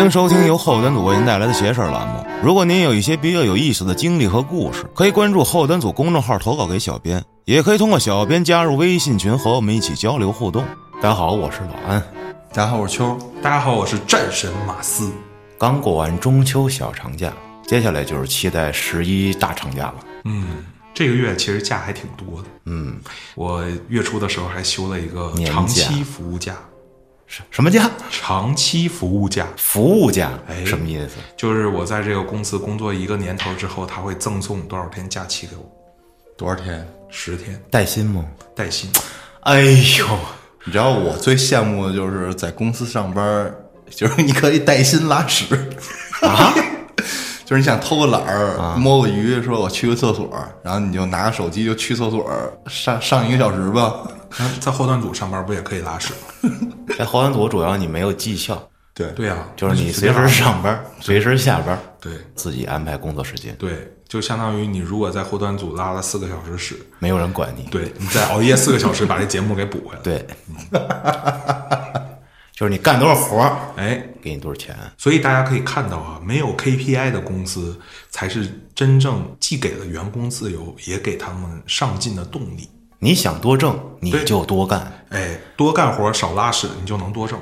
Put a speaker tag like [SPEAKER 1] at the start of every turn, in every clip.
[SPEAKER 1] 迎收听由后端组为您带来的“邪事儿”栏目。如果您有一些比较有意思的经历和故事，可以关注后端组公众号投稿给小编，也可以通过小编加入微信群和我们一起交流互动。大家好，我是老安。
[SPEAKER 2] 大家好，我是秋。
[SPEAKER 3] 大家好，我是战神马斯。
[SPEAKER 1] 刚过完中秋小长假，接下来就是期待十一大长假了。
[SPEAKER 3] 嗯，这个月其实假还挺多的。
[SPEAKER 1] 嗯，
[SPEAKER 3] 我月初的时候还休了一个
[SPEAKER 1] 年假
[SPEAKER 3] 长期服务假，
[SPEAKER 1] 什什么假？
[SPEAKER 3] 长期服务假
[SPEAKER 1] 服务假？
[SPEAKER 3] 哎
[SPEAKER 1] 什么意思？
[SPEAKER 3] 就是我在这个公司工作一个年头之后，他会赠送多少天假期给我？
[SPEAKER 2] 多少天？
[SPEAKER 3] 十天，
[SPEAKER 1] 带薪吗？
[SPEAKER 3] 带薪。
[SPEAKER 1] 哎呦，
[SPEAKER 2] 你知道我最羡慕的就是在公司上班，就是你可以带薪拉屎啊， 就是你想偷个懒儿、摸个鱼，说我去个厕所，然后你就拿个手机就去厕所上上一个小时吧。
[SPEAKER 3] 那在后端组上班不也可以拉屎吗？
[SPEAKER 1] 在哎后端组主要你没有绩效，
[SPEAKER 2] 对，
[SPEAKER 3] 对啊，
[SPEAKER 1] 就是你随
[SPEAKER 3] 随便
[SPEAKER 1] 时
[SPEAKER 3] 拉
[SPEAKER 1] 上班，随时下班，
[SPEAKER 3] 对
[SPEAKER 1] 自己安排工作时间，
[SPEAKER 3] 对，就相当于你如果在后端组拉了四个小时屎，
[SPEAKER 1] 没有人管你。
[SPEAKER 3] 对你再熬夜四个小时把这节目给补回来。，
[SPEAKER 1] 对， 就是你干多少活儿，
[SPEAKER 3] 哎，
[SPEAKER 1] 给你多少钱。
[SPEAKER 3] 所以大家可以看到啊，没有 KPI 的公司才是真正既给了员工自由，也给他们上进的动力。
[SPEAKER 1] 你想多挣，你
[SPEAKER 3] 对
[SPEAKER 1] 就多干，
[SPEAKER 3] 哎，多干活少拉屎，你就能多挣。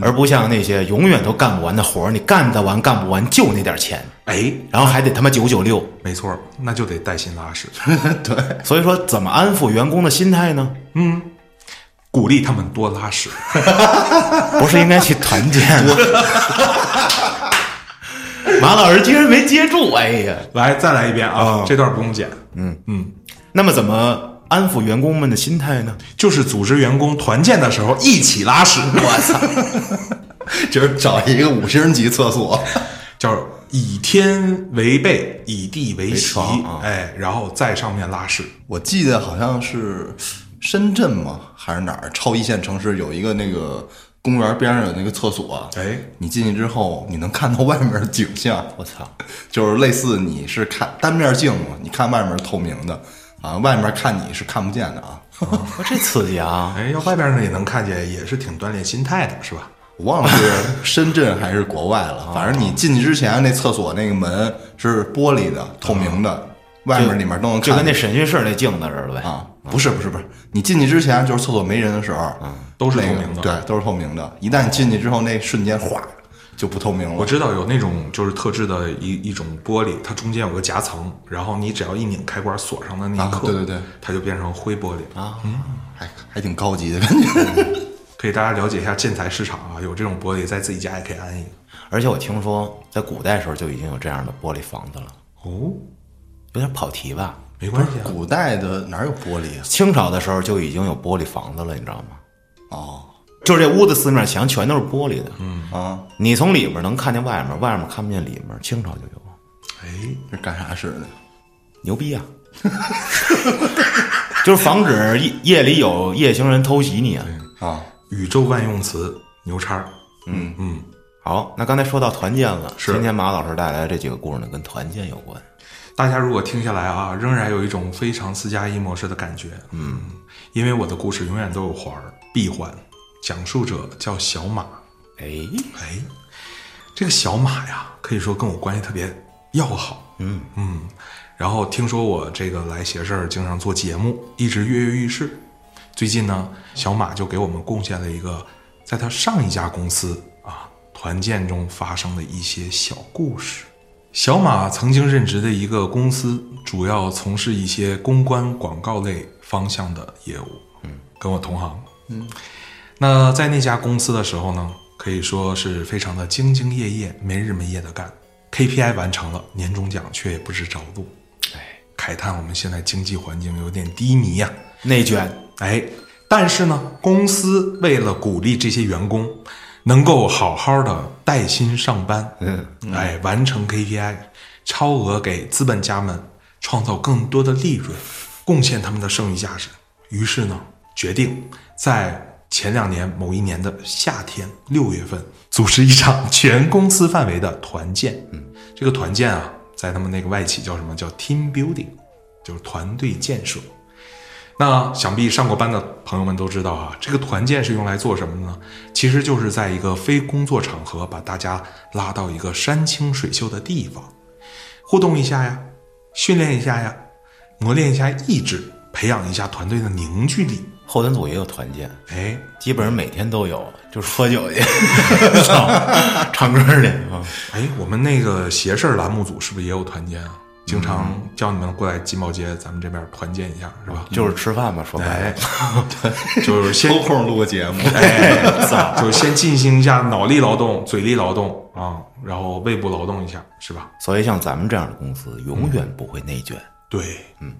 [SPEAKER 1] 而不像那些永远都干不完的活儿，你干得完干不完就那点钱，
[SPEAKER 3] 哎，
[SPEAKER 1] 然后还得他妈九九六。
[SPEAKER 3] 没错，那就得带薪拉屎，
[SPEAKER 1] 所以说，怎么安抚员工的心态呢？
[SPEAKER 3] 鼓励他们多拉屎。
[SPEAKER 1] 不是应该去团建吗？ 马老师竟然没接住，哎呀！
[SPEAKER 3] 来，再来一遍啊，这段不用剪。
[SPEAKER 1] 那么怎么安抚员工们的心态呢？
[SPEAKER 3] 就是组织员工团建的时候一起拉屎， 我操，
[SPEAKER 2] 就是找一个五星级厕所，
[SPEAKER 3] 叫以天为被，以地为席
[SPEAKER 1] 床啊，
[SPEAKER 3] 哎，然后在上面拉屎。
[SPEAKER 2] 我记得好像是深圳吗？还是哪儿超一线城市有一个那个公园边上有那个厕所，
[SPEAKER 3] 哎，
[SPEAKER 2] 你进去之后你能看到外面的景象，
[SPEAKER 1] 我操！
[SPEAKER 2] 就是类似你是看单面镜嘛，你看外面是透明的啊，外面看你是看不见的啊。
[SPEAKER 1] 我这刺激啊！
[SPEAKER 3] 哎，要外边呢也能看见，也是挺锻炼心态的，是吧？
[SPEAKER 2] 我忘了是深圳还是国外了，反正你进去之前那厕所那个门是玻璃的，透明的，外面里面都能
[SPEAKER 1] 就
[SPEAKER 2] 看
[SPEAKER 1] 跟那
[SPEAKER 2] 见。
[SPEAKER 1] 审讯室那镜子似的呗。
[SPEAKER 2] 啊，不是不是不是，你进去之前就是厕所没人的时候，
[SPEAKER 3] 都是
[SPEAKER 2] 那个
[SPEAKER 3] 透明的
[SPEAKER 2] 对，都是透明的。一旦进去之后，那瞬间哗就不透明
[SPEAKER 3] 我
[SPEAKER 2] 了。
[SPEAKER 3] 知道有那种就是特制的一一种玻璃，它中间有个夹层，然后你只要一拧开关锁上的那一刻，
[SPEAKER 2] 啊对对对，
[SPEAKER 3] 它就变成灰玻璃啊。
[SPEAKER 2] 还还挺高级的感觉。
[SPEAKER 3] 可以大家了解一下建材市场啊，有这种玻璃在自己家也可以安一个。
[SPEAKER 1] 而且我听说，在古代时候就已经有这样的玻璃房子了，
[SPEAKER 3] 哦，
[SPEAKER 1] 有点跑题吧？
[SPEAKER 3] 没关系啊，
[SPEAKER 2] 古代的哪有玻璃啊？
[SPEAKER 1] 清朝的时候就已经有玻璃房子了，你知道吗？
[SPEAKER 2] 哦
[SPEAKER 1] 就是这屋子四面墙全都是玻璃的，嗯，
[SPEAKER 2] 啊，
[SPEAKER 1] 你从里面能看见外面，外面看不见里面。清朝就有，
[SPEAKER 3] 哎，
[SPEAKER 2] 这干啥使的？
[SPEAKER 1] 牛逼 啊！就是防止夜夜里有夜行人偷袭你啊。
[SPEAKER 2] 啊，
[SPEAKER 3] 宇宙万用词牛叉儿，
[SPEAKER 2] 嗯
[SPEAKER 3] 嗯，
[SPEAKER 1] 好，那刚才说到团建了，
[SPEAKER 3] 是
[SPEAKER 1] 今天马老师带来的这几个故事呢，跟团建有关。
[SPEAKER 3] 大家如果听下来啊，仍然有一种非常四加一模式的感觉，嗯，因为我的故事永远都有环儿闭环，讲述者叫小马，
[SPEAKER 1] 哎，
[SPEAKER 3] 哎，这个小马呀，可以说跟我关系特别要好。嗯嗯，然后听说我这个来邪事儿，经常做节目，一直跃跃欲试。最近呢，小马就给我们贡献了一个在他上一家公司啊团建中发生的一些小故事。小马曾经任职的一个公司，主要从事一些公关广告类方向的业务。嗯，跟我同行。那在那家公司的时候呢，可以说是非常的兢兢业业、没日没夜的干，KPI 完成了，年终奖却也不知着落。哎，慨叹我们现在经济环境有点低迷呀、
[SPEAKER 1] 内卷，
[SPEAKER 3] 哎，但是呢，公司为了鼓励这些员工能够好好的带薪上班，嗯，哎，完成 KPI，超额给资本家们创造更多的利润，贡献他们的剩余价值。于是呢，决定在前两年某一年的夏天六月份，组织一场全公司范围的团建。嗯，这个团建啊，在他们那个外企叫什么叫 team building，就是团队建设。那想必上过班的朋友们都知道啊，这个团建是用来做什么呢？其实就是在一个非工作场合，把大家拉到一个山清水秀的地方，互动一下呀，训练一下呀，磨练一下意志，培养一下团队的凝聚力。
[SPEAKER 1] 后端组也有团建，
[SPEAKER 3] 哎，
[SPEAKER 1] 基本上每天都有，就是喝酒去， 操唱歌去啊。
[SPEAKER 3] 哎，我们那个邪事儿栏目组是不是也有团建啊？经常叫你们过来金宝街，咱们这边团建一下，是吧？
[SPEAKER 1] 就是吃饭吧，说白
[SPEAKER 3] 哎
[SPEAKER 1] 了，，
[SPEAKER 3] 就是先
[SPEAKER 2] 抽空录个节目，
[SPEAKER 3] 哎，就是先进行一下脑力劳动、嘴力劳动啊，然后胃部劳动一下，是吧？
[SPEAKER 1] 所以像咱们这样的公司，永远不会内卷。
[SPEAKER 3] 对，嗯，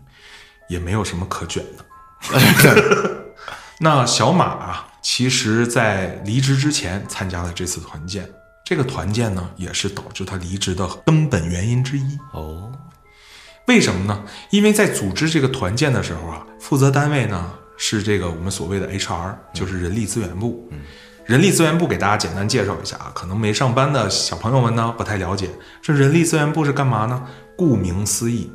[SPEAKER 3] 也没有什么可卷的。 那小马啊，其实在离职之前参加了这次团建，这个团建呢，也是导致他离职的根本原因之一。
[SPEAKER 1] 哦，
[SPEAKER 3] 为什么呢？因为在组织这个团建的时候啊，负责单位呢是这个我们所谓的 HR，就是人力资源部。嗯，人力资源部给大家简单介绍一下啊，可能没上班的小朋友们呢不太了解，这人力资源部是干嘛呢？顾名思义，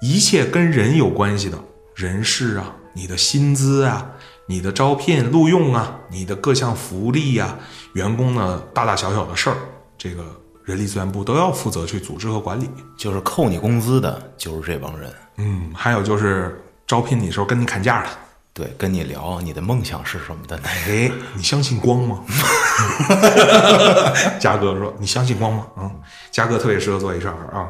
[SPEAKER 3] 一切跟人有关系的人事啊，你的薪资啊。你的招聘、录用啊，你的各项福利啊，员工呢大大小小的事儿，这个人力资源部都要负责去组织和管理。
[SPEAKER 1] 就是扣你工资的，就是这帮人。
[SPEAKER 3] 嗯，还有就是招聘你的时候跟你砍价的，
[SPEAKER 1] 对，跟你聊你的梦想是什么的那
[SPEAKER 3] 哎，你相信光吗？ 嘉哥说：“你相信光吗？”嗯，嘉哥特别适合做 HR 啊。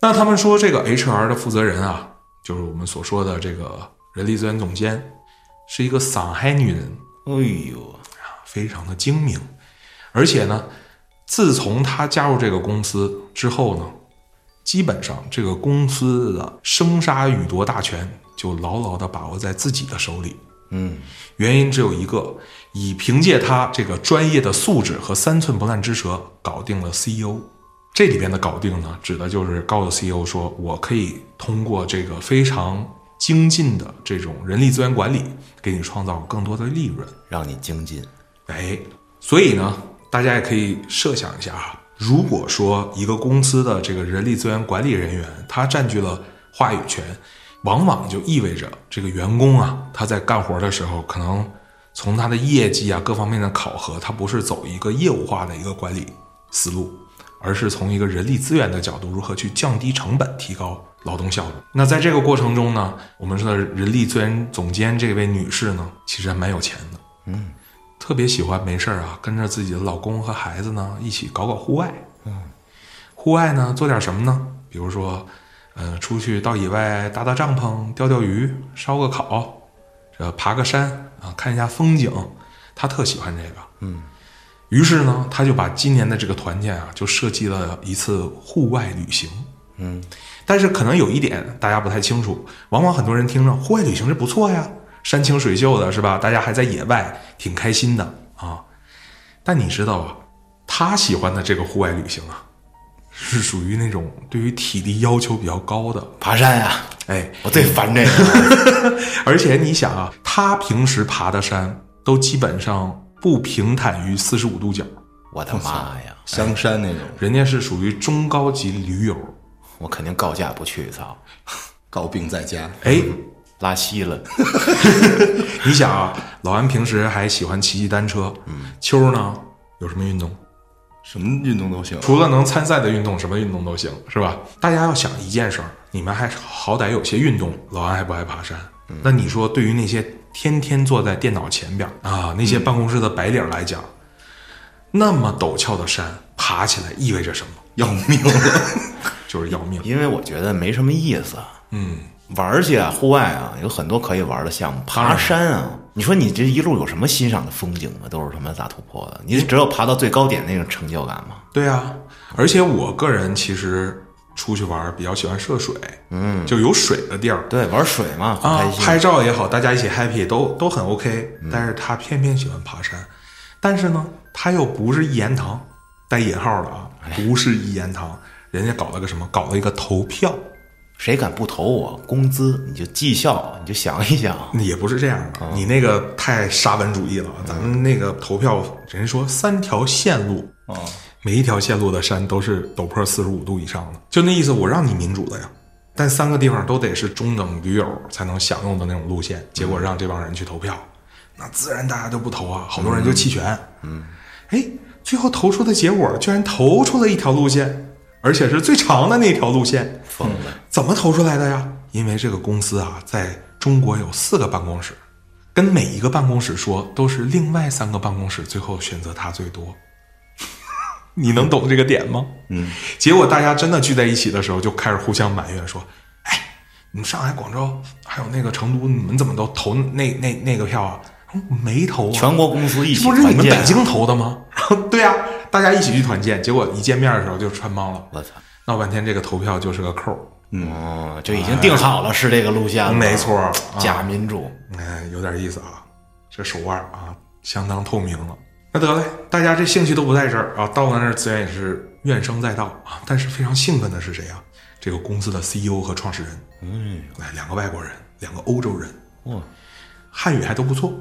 [SPEAKER 3] 那他们说这个 HR 的负责人啊，就是我们所说的这个人力资源总监，是一个上海女人，
[SPEAKER 1] 哎呦，
[SPEAKER 3] 非常的精明，而且呢，自从她加入这个公司之后呢，基本上这个公司的生杀予夺大权就牢牢的把握在自己的手里。
[SPEAKER 1] 嗯，
[SPEAKER 3] 原因只有一个，以凭借他这个专业的素质和三寸不烂之舌，搞定了 CEO。这里边的“搞定”呢，指的就是告诉 CEO 说，我可以通过这个非常精进的这种人力资源管理，给你创造更多的利润。
[SPEAKER 1] 让你精进。
[SPEAKER 3] 哎，所以呢，大家也可以设想一下啊，如果说一个公司的这个人力资源管理人员他占据了话语权，往往就意味着这个员工啊，他在干活的时候，可能从他的业绩啊各方面的考核，他不是走一个业务化的一个管理思路，而是从一个人力资源的角度，如何去降低成本，提高劳动效率。那在这个过程中呢，我们说的人力资源总监这位女士呢，其实还蛮有钱的。特别喜欢没事儿啊，跟着自己的老公和孩子呢一起搞搞户外。嗯，户外呢做点什么呢？比如说，呃，出去到野外搭搭帐篷、钓钓鱼、烧个烤，这爬个山啊，看一下风景。他特喜欢这个。嗯，于是呢，他就把今年的这个团建啊，就设计了一次户外旅行。但是可能有一点大家不太清楚，往往很多人听着户外旅行是不错呀，山清水秀的是吧？大家还在野外，挺开心的啊。但你知道啊，他喜欢的这个户外旅行啊，是属于那种对于体力要求比较高的，
[SPEAKER 1] 爬山呀、
[SPEAKER 3] 哎，
[SPEAKER 1] 我最烦这 个。
[SPEAKER 3] 而且你想啊，他平时爬的山都基本上不平坦于四十五度角，
[SPEAKER 1] 我的妈呀，
[SPEAKER 2] 香山那种
[SPEAKER 3] 人家是属于中高级驴友，
[SPEAKER 1] 我肯定告假不去，操，
[SPEAKER 2] 告病在家，
[SPEAKER 3] 哎，
[SPEAKER 1] 拉稀了。
[SPEAKER 3] 你想啊，老安平时还喜欢骑骑单车，嗯，秋儿呢有什么运动？
[SPEAKER 2] 什么运动都行。
[SPEAKER 1] 啊
[SPEAKER 3] 除了能参赛的运动，什么运动都行，是吧？大家要想一件事儿，你们还好歹有些运动。老安还不爱爬山，那你说对于那些天天坐在电脑前边儿啊，那些办公室的白领来讲，那么陡峭的山爬起来意味着什么？
[SPEAKER 2] 要命了！
[SPEAKER 3] 就是要命。
[SPEAKER 1] 因为我觉得没什么意思。啊
[SPEAKER 3] 嗯，
[SPEAKER 1] 玩儿去啊，户外啊，有很多可以玩儿的项目，爬山啊。你说你这一路有什么欣赏的风景吗？都是他妈咋突破的？你只有爬到最高点那种成就感吗？
[SPEAKER 3] 对啊，而且我个人其实出去玩儿比较喜欢涉水，嗯，就有水的地儿，
[SPEAKER 1] 对，玩水嘛，很
[SPEAKER 3] 啊
[SPEAKER 1] 开，心。嗯
[SPEAKER 3] 拍照也好，大家一起 happy 都都很 OK，但是他偏偏喜欢爬山，但是呢，他又不是一言堂，带引号了
[SPEAKER 1] 哎
[SPEAKER 3] 啊，不是一言堂，人家搞了个什么？搞了一个投票，
[SPEAKER 1] 谁敢不投我工资，你就绩效，你就想一想。
[SPEAKER 3] 也不是这样的，
[SPEAKER 1] 哦
[SPEAKER 3] 你那个太沙文主义了啊，咱们那个投票，人家说三条线路，
[SPEAKER 2] 啊，
[SPEAKER 1] 哦
[SPEAKER 3] 每一条线路的山都是陡坡四十五度以上的，就那意思，我让你民主了呀，但三个地方都得是中等驴友才能享用的那种路线，结果让这帮人去投票，那自然大家都不投啊，好多人就弃权。嗯，哎，最后投出的结果居然投出了一条路线，而且是最长的那条路线，疯了！怎么投出来的呀？因为这个公司啊，在中国有四个办公室，跟每一个办公室说都是另外三个办公室最后选择他最多。 你能懂这个点吗？嗯，结果大家真的聚在一起的时候，就开始互相埋怨说：“哎，你们上海、广州还有那个成都，你们怎么都投那那那个票啊？嗯没投啊？
[SPEAKER 1] 全国公司一
[SPEAKER 3] 这
[SPEAKER 1] 起
[SPEAKER 3] 不是你
[SPEAKER 1] 团
[SPEAKER 3] 们
[SPEAKER 1] 建
[SPEAKER 3] 北
[SPEAKER 1] 啊，
[SPEAKER 3] 京投的吗？”然后 对呀、大家一起去团建，结果一见面的时候就穿帮了。
[SPEAKER 1] 我操！
[SPEAKER 3] 闹半天，这个投票就是个扣儿。
[SPEAKER 1] 哦，就已经定好了是这个路线了，
[SPEAKER 3] 没错儿，
[SPEAKER 1] 假民主，
[SPEAKER 3] 哎，有点意思啊，这手腕啊，相当透明了。那得嘞，大家这兴趣都不在这儿啊，到了那儿自然也是怨声载道啊。但是非常兴奋的是谁啊？这个公司的 CEO 和创始人，嗯，哎，两个外国人，两个欧洲人，
[SPEAKER 1] 哇，
[SPEAKER 3] 汉语还都不错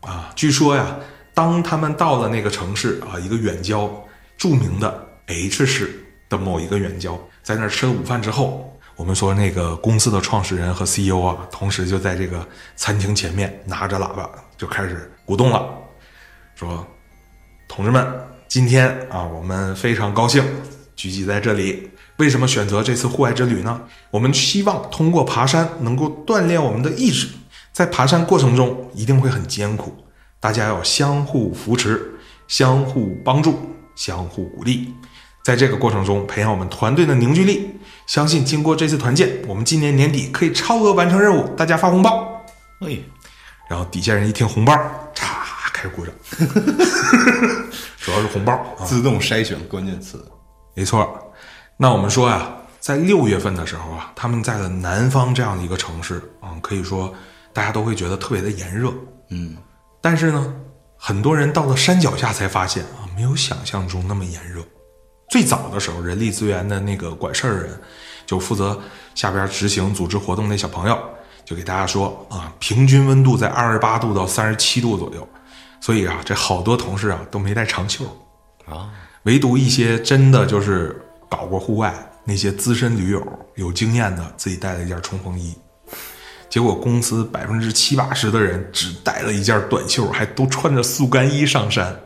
[SPEAKER 3] 啊。据说呀，当他们到了那个城市啊，一个远郊，著名的 H 市的某一个远郊，在那儿吃了午饭之后，我们说那个公司的创始人和 CEO 啊，同时就在这个餐厅前面拿着喇叭就开始鼓动了，说：“同志们，今天啊，我们非常高兴聚集在这里。为什么选择这次户外之旅呢？我们希望通过爬山能够锻炼我们的意志，在爬山过程中一定会很艰苦，大家要相互扶持、相互帮助、相互鼓励。在这个过程中，培养我们团队的凝聚力。相信经过这次团建，我们今年年底可以超额完成任务，大家发红包。
[SPEAKER 1] 哎，
[SPEAKER 3] 然后底下人一听红包，嚓开始鼓掌， 主要是红包啊，
[SPEAKER 2] 自动筛选关键词。
[SPEAKER 3] 没错。那我们说呀、在六月份的时候啊，他们在了南方这样的一个城市啊、可以说大家都会觉得特别的炎热，
[SPEAKER 2] 嗯，
[SPEAKER 3] 但是呢，很多人到了山脚下才发现啊，没有想象中那么炎热。最早的时候，人力资源的那个管事儿人，就负责下边执行组织活动那小朋友，就给大家说啊，平均温度在二十八度到三十七度左右。所以啊，这好多同事啊都没带长袖
[SPEAKER 1] 啊，
[SPEAKER 3] 唯独一些真的就是搞过户外那些资深驴友有经验的，自己带了一件冲锋衣。结果公司百分之七八十的人只带了一件短袖，还都穿着速干衣上山。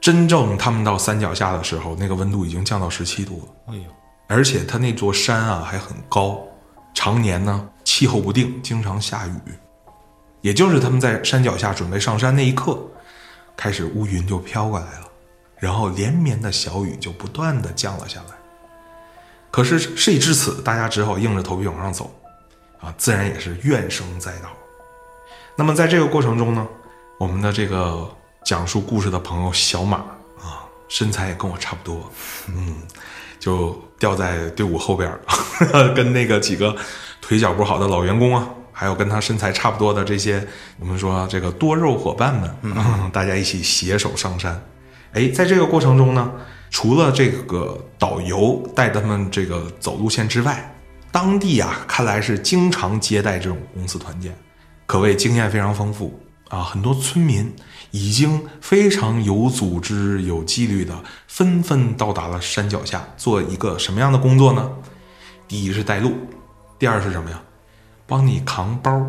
[SPEAKER 3] 真正他们到山脚下的时候，那个温度已经降到十七度了，
[SPEAKER 1] 哎呦，
[SPEAKER 3] 而且它那座山啊还很高，常年呢气候不定，经常下雨。也就是他们在山脚下准备上山那一刻，开始乌云就飘过来了，然后连绵的小雨就不断的降了下来。可是事已至此，大家只好硬着头皮往上走，啊，自然也是怨声载道。那么在这个过程中呢，我们的这个讲述故事的朋友小马啊，身材也跟我差不多，嗯，就掉在队伍后边儿， 跟那个几个腿脚不好的老员工啊，还有跟他身材差不多的这些我们说这个多肉伙伴们， 嗯、大家一起携手上山。哎，在这个过程中呢，除了这个导游带他们这个走路线之外，当地啊看来是经常接待这种公司团建，可谓经验非常丰富啊。很多村民已经非常有组织、有纪律的，纷纷到达了山脚下，做一个什么样的工作呢？第一是带路，第二是什么呀？帮你扛包。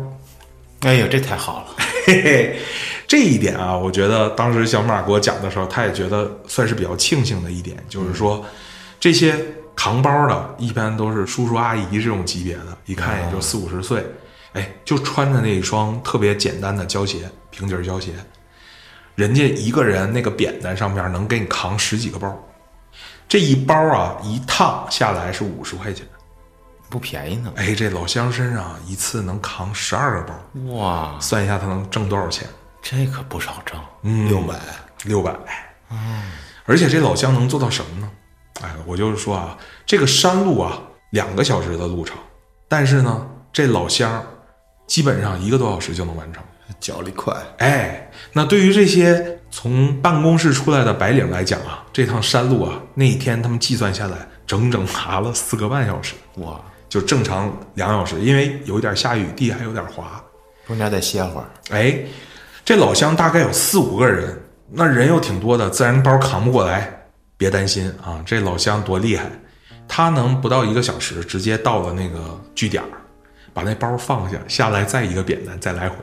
[SPEAKER 1] 哎呦，这太好了，
[SPEAKER 3] 嘿嘿，这一点啊，我觉得当时小马给我讲的时候，他也觉得算是比较庆幸的一点，就是说这些扛包的，一般都是叔叔阿姨这种级别的，一看也就四五十岁，哎，就穿着那一双特别简单的胶鞋，平底儿胶鞋，人家一个人那个扁担上面能给你扛十几个包，这一包啊一趟下来是五十块钱，
[SPEAKER 1] 不便宜呢，
[SPEAKER 3] 哎，这老乡身上啊一次能扛十二个包，
[SPEAKER 1] 哇，
[SPEAKER 3] 算一下他能挣多少钱。
[SPEAKER 1] 这可不少挣，
[SPEAKER 3] 六百，六百。而且这老乡能做到什么呢？哎，我就是说啊，这个山路啊，两个小时的路程，但是呢，这老乡基本上一个多小时就能完成。
[SPEAKER 2] 脚力快，
[SPEAKER 3] 哎，那对于这些从办公室出来的白领来讲啊，这趟山路啊，那一天他们计算下来，整整爬了四个半小时，
[SPEAKER 1] 哇，
[SPEAKER 3] 就正常两小时，因为有一点下雨，地还有点滑。
[SPEAKER 1] 中间再歇会儿，
[SPEAKER 3] 哎，这老乡大概有四五个人，那人又挺多的，自然包扛不过来。别担心啊，这老乡多厉害，他能不到一个小时直接到了那个据点儿，把那包放下，下来再一个扁担，再来回。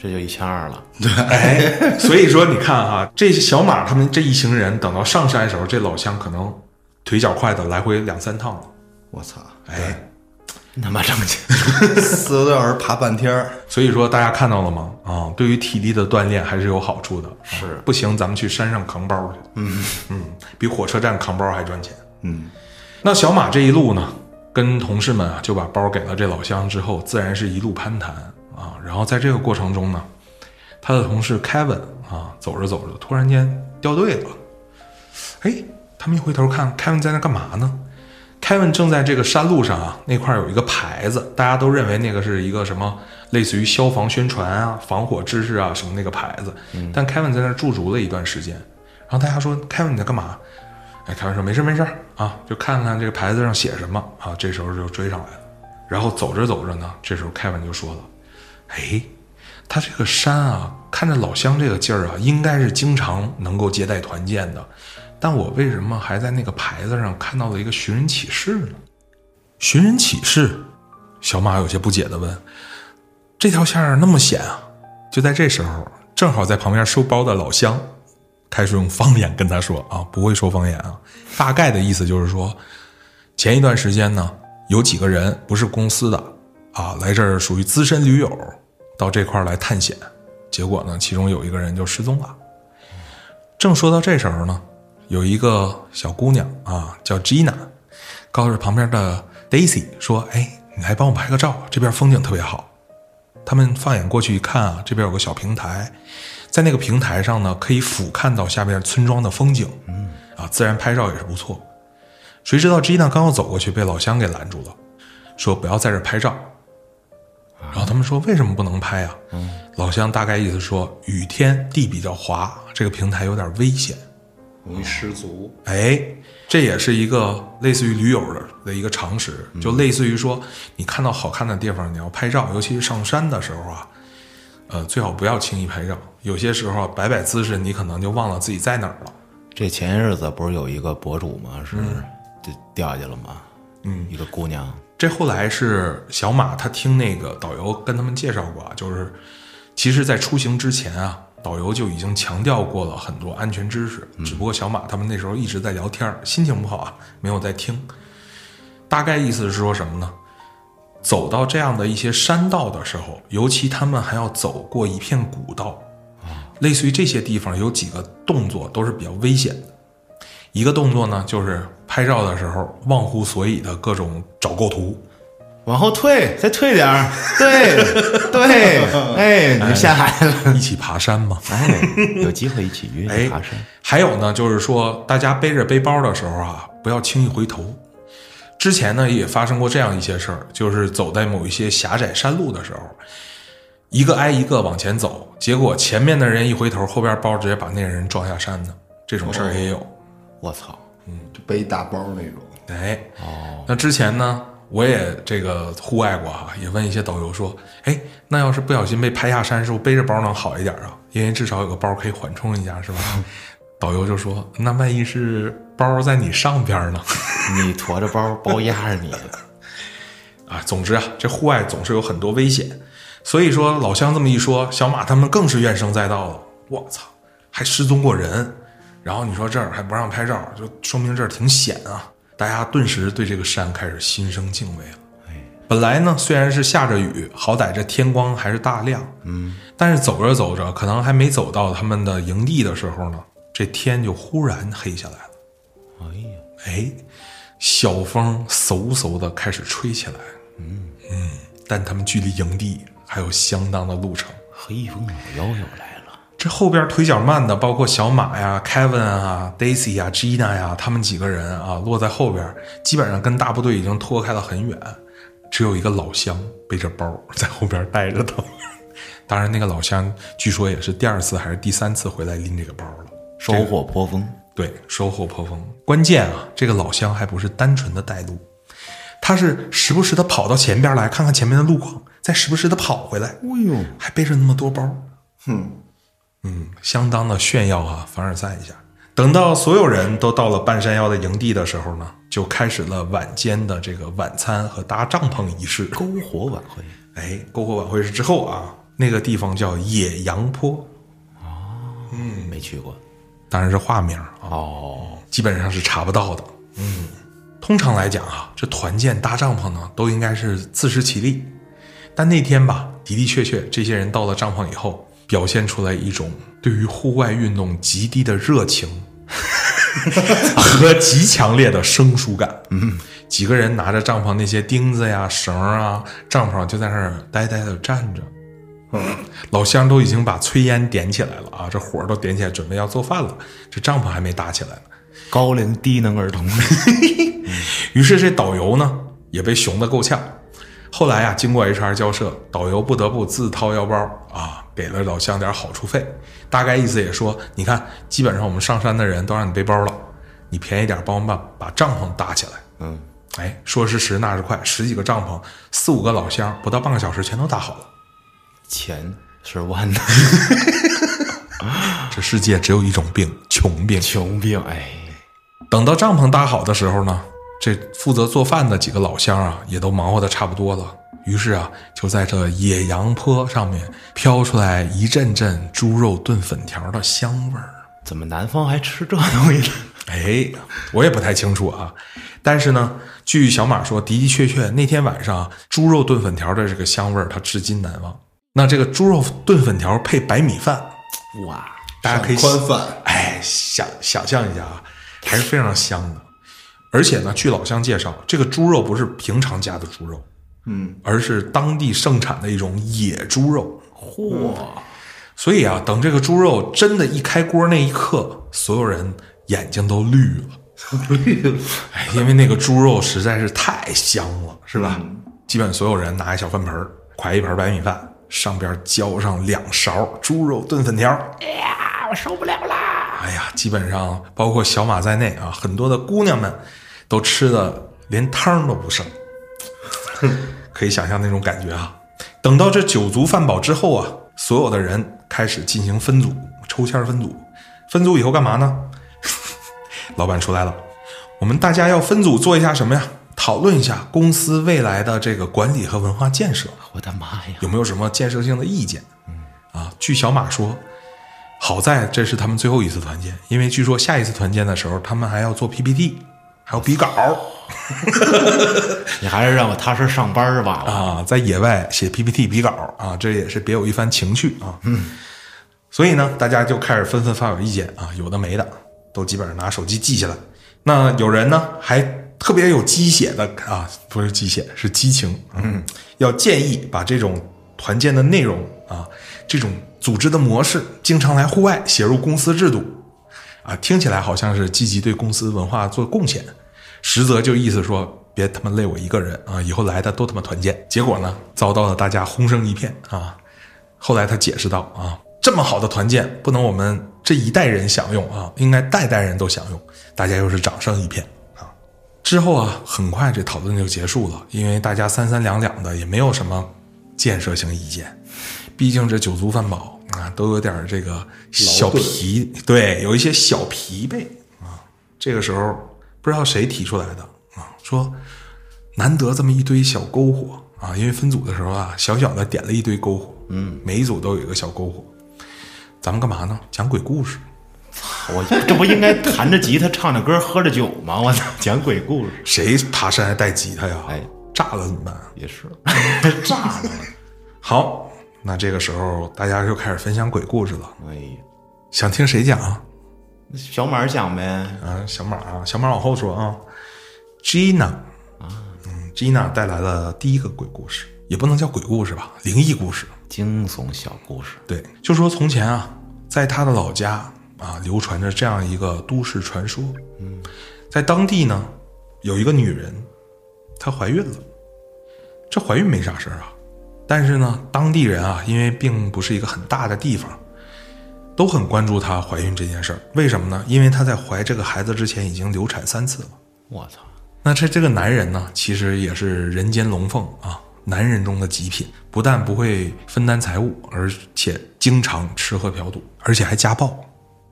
[SPEAKER 1] 这就一千二了。
[SPEAKER 3] 哎，所以说你看哈，这小马他们这一行人等到上山的时候，这老乡可能腿脚快的来回两三趟了。
[SPEAKER 2] 我操，
[SPEAKER 3] 哎，
[SPEAKER 1] 他妈挣钱，
[SPEAKER 2] 四个多小时爬半天儿，
[SPEAKER 3] 所以说大家看到了吗？啊、对于体力的锻炼还是有好处的。是、不行咱们去山上扛包去。嗯嗯，比火车站扛包还赚钱。
[SPEAKER 2] 嗯，
[SPEAKER 3] 那小马这一路呢，跟同事们啊就把包给了这老乡之后，自然是一路攀谈啊。然后在这个过程中呢，他的同事 Kevin 啊，走着走着突然间掉队了。哎，他们一回头看，Kevin 在那干嘛呢？Kevin 正在这个山路上啊，那块儿有一个牌子，大家都认为那个是一个什么类似于消防宣传啊、防火知识啊什么那个牌子。但 Kevin 在那儿驻足了一段时间，然后大家说：“Kevin 你在干嘛？”哎，凯文说没事没事啊，就看看这个牌子上写什么啊。这时候就追上来了，然后走着走着呢，这时候凯文就说了：“哎，他这个山啊，看着老乡这个劲儿啊，应该是经常能够接待团建的，但我为什么还在那个牌子上看到了一个寻人启事呢？”寻人启事，小马有些不解的问：“这条线儿那么险啊？”就在这时候，正好在旁边收包的老乡开始用方言跟他说啊，不会说方言啊，大概的意思就是说，前一段时间呢，有几个人不是公司的啊，来这儿属于资深驴友，到这块儿来探险，结果呢，其中有一个人就失踪了。正说到这时候呢，有一个小姑娘啊，叫 Gina，告诉旁边的 Daisy 说：“哎，你来帮我拍个照，这边风景特别好。”他们放眼过去一看啊，这边有个小平台，在那个平台上呢，可以俯瞰到下边村庄的风景，嗯，啊，自然拍照也是不错。谁知道 Gina 刚要走过去，被老乡给拦住了，说不要在这儿拍照。然后他们说为什么不能拍啊？
[SPEAKER 2] 嗯
[SPEAKER 3] 老乡大概意思说雨天地比较滑，这个平台有点危险。
[SPEAKER 2] 容易失足。
[SPEAKER 3] 哎，这也是一个类似于驴友的的一个常识，
[SPEAKER 2] 嗯
[SPEAKER 3] 就类似于说，你看到好看的地方，你要拍照，尤其是上山的时候啊，呃，最好不要轻易拍照。有些时候啊摆摆姿势，你可能就忘了自己在哪儿了。
[SPEAKER 1] 这前些日子不是有一个博主吗？是就掉下去了吗？嗯，一个姑娘，
[SPEAKER 3] 这后来是小马他听那个导游跟他们介绍过啊，就是其实，在出行之前啊，导游就已经强调过了很多安全知识，只不过小马他们那时候一直在聊天儿，心情不好啊，没有在听。大概意思是说什么呢？走到这样的一些山道的时候，尤其他们还要走过一片古道，类似于这些地方有几个动作都是比较危险的。一个动作呢，就是拍照的时候忘乎所以的各种找构图，
[SPEAKER 1] 往后退，再退点儿，对 对，哎，你就下来了，
[SPEAKER 3] 一起爬山嘛。
[SPEAKER 1] 哎，有机会一起约
[SPEAKER 3] 哎
[SPEAKER 1] 去爬山，
[SPEAKER 3] 还有呢，就是说大家背着背包的时候啊，不要轻易回头。之前呢也发生过这样一些事儿，就是走在某一些狭窄山路的时候，一个挨一个往前走，结果前面的人一回头，后边包直接把那人撞下山的，这种事儿也有。
[SPEAKER 1] 我操，哦
[SPEAKER 2] 就背一大包那种。
[SPEAKER 3] 哎，那之前呢，我也这个户外过哈、也问一些导游说，哎，那要是不小心被拍下山，是不是背着包能好一点啊？因为至少有个包可以缓冲一下，是吧？ 导游就说，那万一是包在你上边呢？
[SPEAKER 1] 你驮着包包压着你，哎
[SPEAKER 3] 啊，总之啊，这户外总是有很多危险，所以说老乡这么一说，小马他们更是怨声载道了。我操，还失踪过人，然后你说这儿还不让拍照，就说明这儿挺险啊！大家顿时对这个山开始心生敬畏了。本来呢，虽然是下着雨，好歹这天光还是大亮，嗯，但是走着走着，可能还没走到他们的营地的时候呢，这天就忽然黑下来了。
[SPEAKER 1] 哎呀，
[SPEAKER 3] 哎，小风嗖嗖的开始吹起来。嗯但他们距离营地还有相当的路程。
[SPEAKER 1] 黑风老妖又来了，
[SPEAKER 3] 这后边腿脚慢的，包括小马呀、Kevin 啊、Daisy 呀、Gina 呀，他们几个人啊，落在后边，基本上跟大部队已经脱开了很远，只有一个老乡背着包在后边带着他们。当然，那个老乡据说也是第二次还是第三次回来拎这个包了。
[SPEAKER 1] 收获颇丰，
[SPEAKER 3] 对，收获颇丰。关键啊，这个老乡还不是单纯的带路，他是时不时的跑到前边来看看前面的路况，再时不时的跑回来，
[SPEAKER 1] 哎呦，
[SPEAKER 3] 还背着那么多包，
[SPEAKER 2] 哼，
[SPEAKER 3] 嗯，相当的炫耀啊，凡尔赛一下。等到所有人都到了半山腰的营地的时候呢，就开始了晚间的这个晚餐和搭帐篷仪式。
[SPEAKER 1] 篝火晚会，
[SPEAKER 3] 哎，篝火晚会是之后啊，那个地方叫野羊坡，
[SPEAKER 1] 没去过。
[SPEAKER 3] 当然是化名儿啊，
[SPEAKER 1] 嗯哦，
[SPEAKER 3] 基本上是查不到的。嗯，通常来讲啊，这团建搭帐篷呢，都应该是自食其力。但那天吧，的的确确，这些人到了帐篷以后，表现出来一种对于户外运动极低的热情和极强烈的生疏感。嗯，几个人拿着帐篷那些钉子呀、绳儿啊，帐篷就在那儿呆呆的站着。老乡都已经把炊烟点起来了啊，这火儿都点起来，准备要做饭了，这帐篷还没搭起来呢。
[SPEAKER 1] 高龄低能儿童，
[SPEAKER 3] 于是这导游呢也被熊得够呛。后来啊，经过 HR 交涉，导游不得不自掏腰包啊，给了老乡点好处费，大概意思也说，你看，基本上我们上山的人都让你背包了，你便宜点，帮我们把把帐篷搭起来。
[SPEAKER 1] 嗯，
[SPEAKER 3] 哎，说时迟，那时快，十几个帐篷，四五个老乡，不到半个小时全都搭好了。
[SPEAKER 1] 钱是万的
[SPEAKER 3] 这世界只有一种病，穷病。
[SPEAKER 1] 穷病，哎，
[SPEAKER 3] 等到帐篷搭好的时候呢，这负责做饭的几个老乡啊，也都忙活的差不多了。于是啊，就在这野羊坡上面飘出来一阵阵猪肉炖粉条的香味儿。
[SPEAKER 1] 怎么南方还吃这东西呢？
[SPEAKER 3] 哎，我也不太清楚啊。但是呢，据小马说，的的确确那天晚上啊猪肉炖粉条的这个香味儿，他至今难忘。那这个猪肉炖粉条配白米饭，
[SPEAKER 1] 哇，
[SPEAKER 3] 大家可以
[SPEAKER 2] 宽泛，
[SPEAKER 3] 哎，想想象一下啊，还是非常香的。而且呢，据老乡介绍，这个猪肉不是平常家的猪肉，
[SPEAKER 2] 嗯，
[SPEAKER 3] 而是当地盛产的一种野猪肉。嚯！所以啊，等这个猪肉真的一开锅那一刻，所有人眼睛都绿了， 哎，因为那个猪肉实在是太香了，是吧？
[SPEAKER 1] 嗯
[SPEAKER 3] 基本所有人拿一小饭盆儿，㧟一盆白米饭，上边浇上两勺猪肉炖粉条，哎呀，基本上包括小马在内啊，很多的姑娘们都吃的连汤都不剩，可以想象那种感觉啊。等到这酒足饭饱之后啊，所有的人开始进行分组，抽签分组。分组以后干嘛呢？ 老板出来了，我们大家要分组做一下什么呀？讨论一下公司未来的这个管理和文化建设。
[SPEAKER 1] 我的妈呀！
[SPEAKER 3] 有没有什么建设性的意见？啊，据小马说，好在这是他们最后一次团建，因为据说下一次团建的时候，他们还要做 PPT，还要比稿
[SPEAKER 1] 你还是让我踏实上班儿吧。
[SPEAKER 3] 啊，在野外写 PPT 比稿啊，这也是别有一番情趣啊。嗯，所以呢，大家就开始纷纷发表意见啊，有的没的，都基本上拿手机记下来。那有人呢，还特别有鸡血的啊，不是鸡血，是激情。嗯，要建议把这种团建的内容啊，这种组织的模式，经常来户外写入公司制度。啊，听起来好像是积极对公司文化做贡献，实则就意思说别他妈累我一个人啊，以后来的都他妈团建。结果呢，遭到了大家轰声一片啊。后来他解释道啊，这么好的团建不能我们这一代人享用啊，应该代代人都享用。大家又是掌声一片啊。之后啊，很快这讨论就结束了，因为大家三三两两的也没有什么建设性意见，毕竟这酒足饭饱啊，都有点儿这个小
[SPEAKER 2] 顿
[SPEAKER 3] 疲，对，有一些小疲惫啊。这个时候不知道谁提出来的啊，说难得这么一堆小篝火啊，因为分组的时候啊，小小的点了一堆篝火，嗯，每一组都有一个小篝火，咱们干嘛呢？讲鬼故事。
[SPEAKER 1] 我这不应该弹着吉他、唱着歌、喝着酒吗？我操，讲鬼故事
[SPEAKER 3] 谁爬山还带吉他呀？
[SPEAKER 1] 哎，
[SPEAKER 3] 炸了怎么办啊？
[SPEAKER 1] 也是。
[SPEAKER 3] 炸了！好，那这个时候大家就开始分享鬼故事了。
[SPEAKER 1] 哎呀，
[SPEAKER 3] 想听谁讲啊？
[SPEAKER 1] 小马儿讲呗，
[SPEAKER 3] 啊，小马啊，小马往后说啊。Gina 啊，嗯，Gina 带来了第一个鬼故事，也不能叫鬼故事吧，灵异故事。
[SPEAKER 1] 惊悚小故事。
[SPEAKER 3] 对，就说从前啊，在他的老家啊，流传着这样一个都市传说。嗯，在当地呢，有一个女人，她怀孕了。这怀孕没啥事儿啊，但是呢，当地人啊，因为并不是一个很大的地方，都很关注她怀孕这件事儿。为什么呢？因为她在怀这个孩子之前已经流产三次了。
[SPEAKER 1] 我操，
[SPEAKER 3] 那这这个男人呢，其实也是人间龙凤啊，男人中的极品，不但不会分担财物，而且经常吃喝嫖赌，而且还家暴。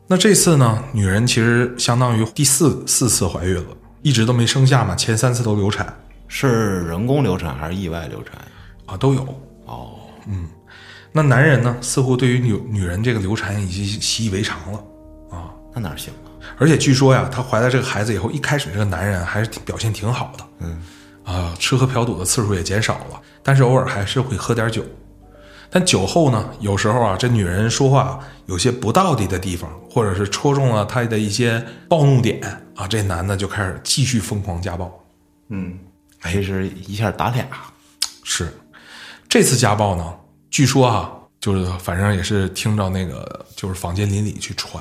[SPEAKER 3] 那这次呢，女人其实相当于第四四次怀孕了一直都没生下嘛，前三次都流产
[SPEAKER 1] 是人工流产还是意外流产？
[SPEAKER 3] 啊，都有。嗯
[SPEAKER 1] 哦，
[SPEAKER 3] 那男人呢，似乎对于女女人这个流产已经习以为常了啊。
[SPEAKER 1] 那哪行啊？
[SPEAKER 3] 而且据说呀，她怀了这个孩子以后，一开始这个男人还是挺表现挺好的，嗯，啊，吃喝嫖赌的次数也减少了，但是偶尔还是会喝点酒。但酒后呢，有时候啊，这女人说话有些不道理的地方，或者是戳中了他的一些暴怒点啊，这男的就开始继续疯狂家暴。
[SPEAKER 2] 嗯，
[SPEAKER 3] 哎
[SPEAKER 1] 其实一下打俩，
[SPEAKER 3] 是，这次家暴呢，据说啊，就是反正也是听到那个就是坊间邻里去传，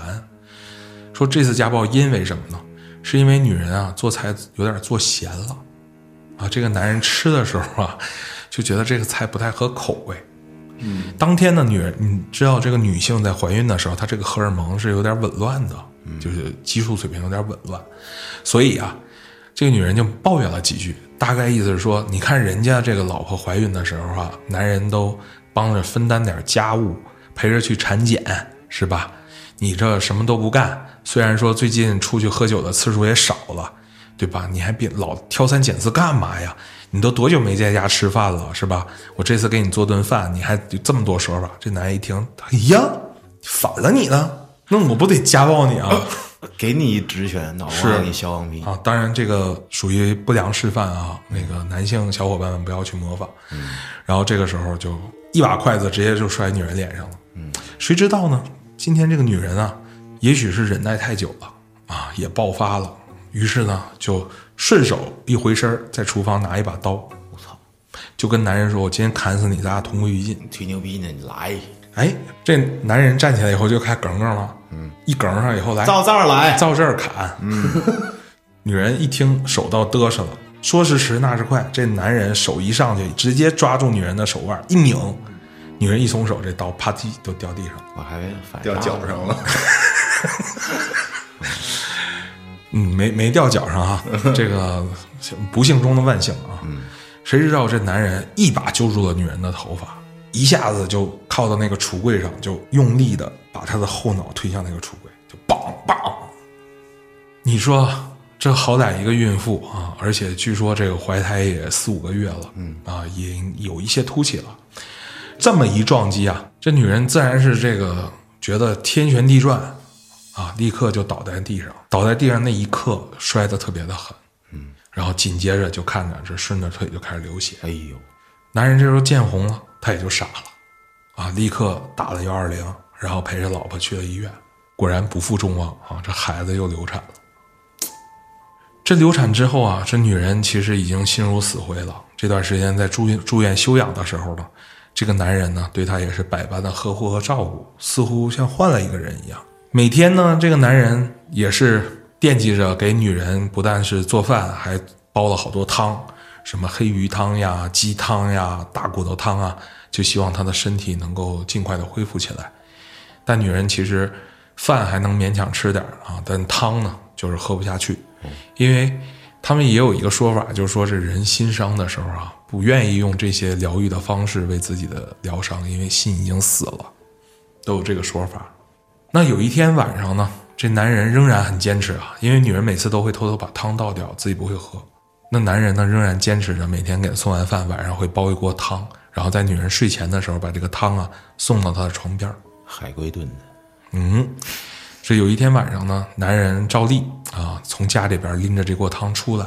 [SPEAKER 3] 说这次家暴因为什么呢？是因为女人啊做菜有点做咸了，啊，这个男人吃的时候啊，就觉得这个菜不太合口味。嗯，当天呢，女人你知道这个女性在怀孕的时候，她这个荷尔蒙是有点紊乱的，就是激素水平有点紊乱，所以啊，这个女人就抱怨了几句，大概意思是说，你看人家这个老婆怀孕的时候啊，男人都帮着分担点家务，陪着去产检，是吧？你这什么都不干，虽然说最近出去喝酒的次数也少了，对吧？你还别老挑三拣四干嘛呀？你都多久没在家吃饭了，是吧？我这次给你做顿饭，你还有这么多说法？这男人一听，哎呀，反了你呢？那我不得家暴你啊？
[SPEAKER 1] 给你一直拳，脑瓜
[SPEAKER 3] 是
[SPEAKER 1] 给你削王皮。
[SPEAKER 3] 啊，当然这个属于不良示范啊，那个男性小伙伴们不要去模仿。然后这个时候就一把筷子直接就摔女人脸上了。嗯，谁知道呢？今天这个女人啊，也许是忍耐太久了啊，也爆发了，于是呢就顺手一回身儿，在厨房拿一把刀，我
[SPEAKER 1] 操，
[SPEAKER 3] 就跟男人说：“我今天砍死你，咱俩同归于尽。”
[SPEAKER 1] 吹牛逼呢，你来，
[SPEAKER 3] 哎，这男人站起来以后就开始梗梗了，嗯，一梗上以后来
[SPEAKER 1] 照这儿来，
[SPEAKER 3] 照这儿砍。 女人一听手到嘚瑟了，说时迟那时快，这男人手一上去，直接抓住女人的手腕一拧，女人一松手，这刀啪叽就掉地上了。
[SPEAKER 1] 我还反
[SPEAKER 2] 掉脚上了，
[SPEAKER 1] 啊
[SPEAKER 3] 嗯，没没掉脚上 啊，这个不幸中的万幸啊。嗯，谁知道这男人一把揪住了女人的头发，一下子就靠到那个橱柜上，就用力的把她的后脑推向那个橱柜，就梆梆。你说这好歹一个孕妇啊，而且据说这个怀胎也四五个月了，嗯啊，也有一些凸起了。这么一撞击啊，这女人自然是这个觉得天旋地转啊，立刻就倒在地上。倒在地上那一刻，摔得特别的狠，嗯，然后紧接着就看着这顺着腿就开始流血。
[SPEAKER 1] 哎呦，
[SPEAKER 3] 男人这时候见红了，他也就傻了，啊，立刻打了幺二零，然后陪着老婆去了医院。果然不负众望啊，这孩子又流产了。这流产之后啊，这女人其实已经心如死灰了。这段时间在住院住院休养的时候呢，这个男人呢对她也是百般的呵护和照顾，似乎像换了一个人一样。每天呢，这个男人也是惦记着给女人，不但是做饭，还煲了好多汤，什么黑鱼汤呀、鸡汤呀、大骨头汤啊，就希望她的身体能够尽快的恢复起来。但女人其实饭还能勉强吃点儿啊，但汤呢就是喝不下去，因为他们也有一个说法，就是说是人心伤的时候啊，不愿意用这些疗愈的方式为自己的疗伤，因为心已经死了，都有这个说法。那有一天晚上呢，这男人仍然很坚持啊，因为女人每次都会偷偷把汤倒掉，自己不会喝。那男人呢，仍然坚持着每天给她送完饭，晚上会煲一锅汤，然后在女人睡前的时候把这个汤啊送到她的床边儿。
[SPEAKER 1] 海龟炖的，
[SPEAKER 3] 嗯，这有一天晚上呢，男人照例啊，从家里边拎着这锅汤出来。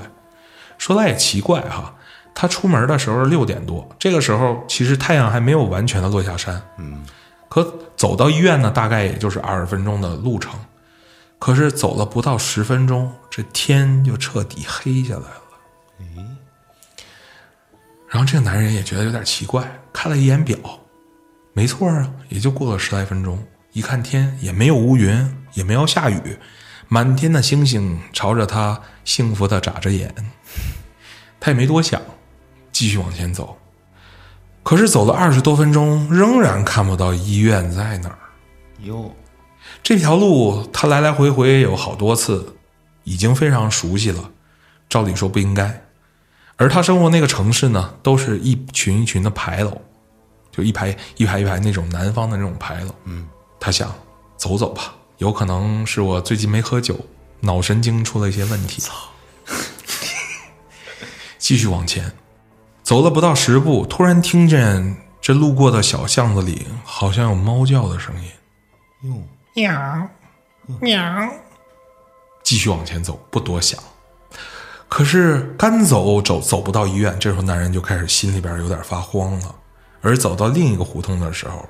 [SPEAKER 3] 说来也奇怪哈，他出门的时候六点多，这个时候其实太阳还没有完全的落下山。嗯，可走到医院呢，大概也就是二十分钟的路程。可是走了不到十分钟，这天就彻底黑下来了。然后这个男人也觉得有点奇怪，看了一眼表，没错啊，也就过了十来分钟，一看天也没有乌云，也没有下雨，满天的星星朝着他幸福的眨着眼，他也没多想，继续往前走。可是走了二十多分钟，仍然看不到医院在哪儿。
[SPEAKER 1] 哟，
[SPEAKER 3] 这条路他来来回回有好多次，已经非常熟悉了。照理说不应该，而他生活那个城市呢，都是一群一群的牌楼，就一排一排一排那种南方的那种牌楼。嗯，他想走走吧，有可能是我最近没喝酒，脑神经出了一些问题。 继续往前，走了不到十步，突然听见这路过的小巷子里好像有猫叫的声音，
[SPEAKER 4] 喵喵。
[SPEAKER 3] 继续往前走，不多想。可是刚走走走不到医院，这时候男人就开始心里边有点发慌了。而走到另一个胡同的时候，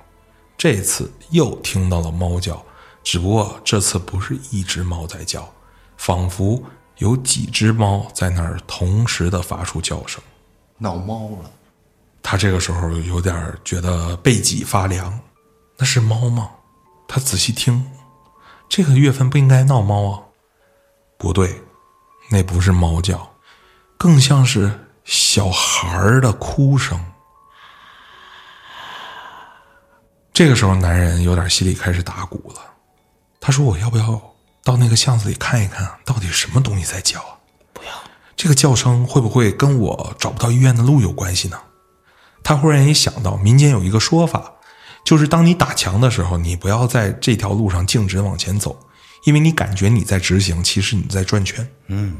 [SPEAKER 3] 这次又听到了猫叫，只不过这次不是一只猫在叫，仿佛有几只猫在那儿同时的发出叫声。
[SPEAKER 2] 闹猫了，
[SPEAKER 3] 他这个时候有点儿觉得背脊发凉，那是猫吗？他仔细听，这个月份不应该闹猫啊，不对，那不是猫叫，更像是小孩儿的哭声。这个时候，男人有点心里开始打鼓了。他说：“我要不要到那个巷子里看一看，到底什么东西在叫啊？”这个叫声会不会跟我找不到医院的路有关系呢？他忽然也想到，民间有一个说法，就是当你打墙的时候，你不要在这条路上径直往前走，因为你感觉你在直行，其实你在转圈。嗯，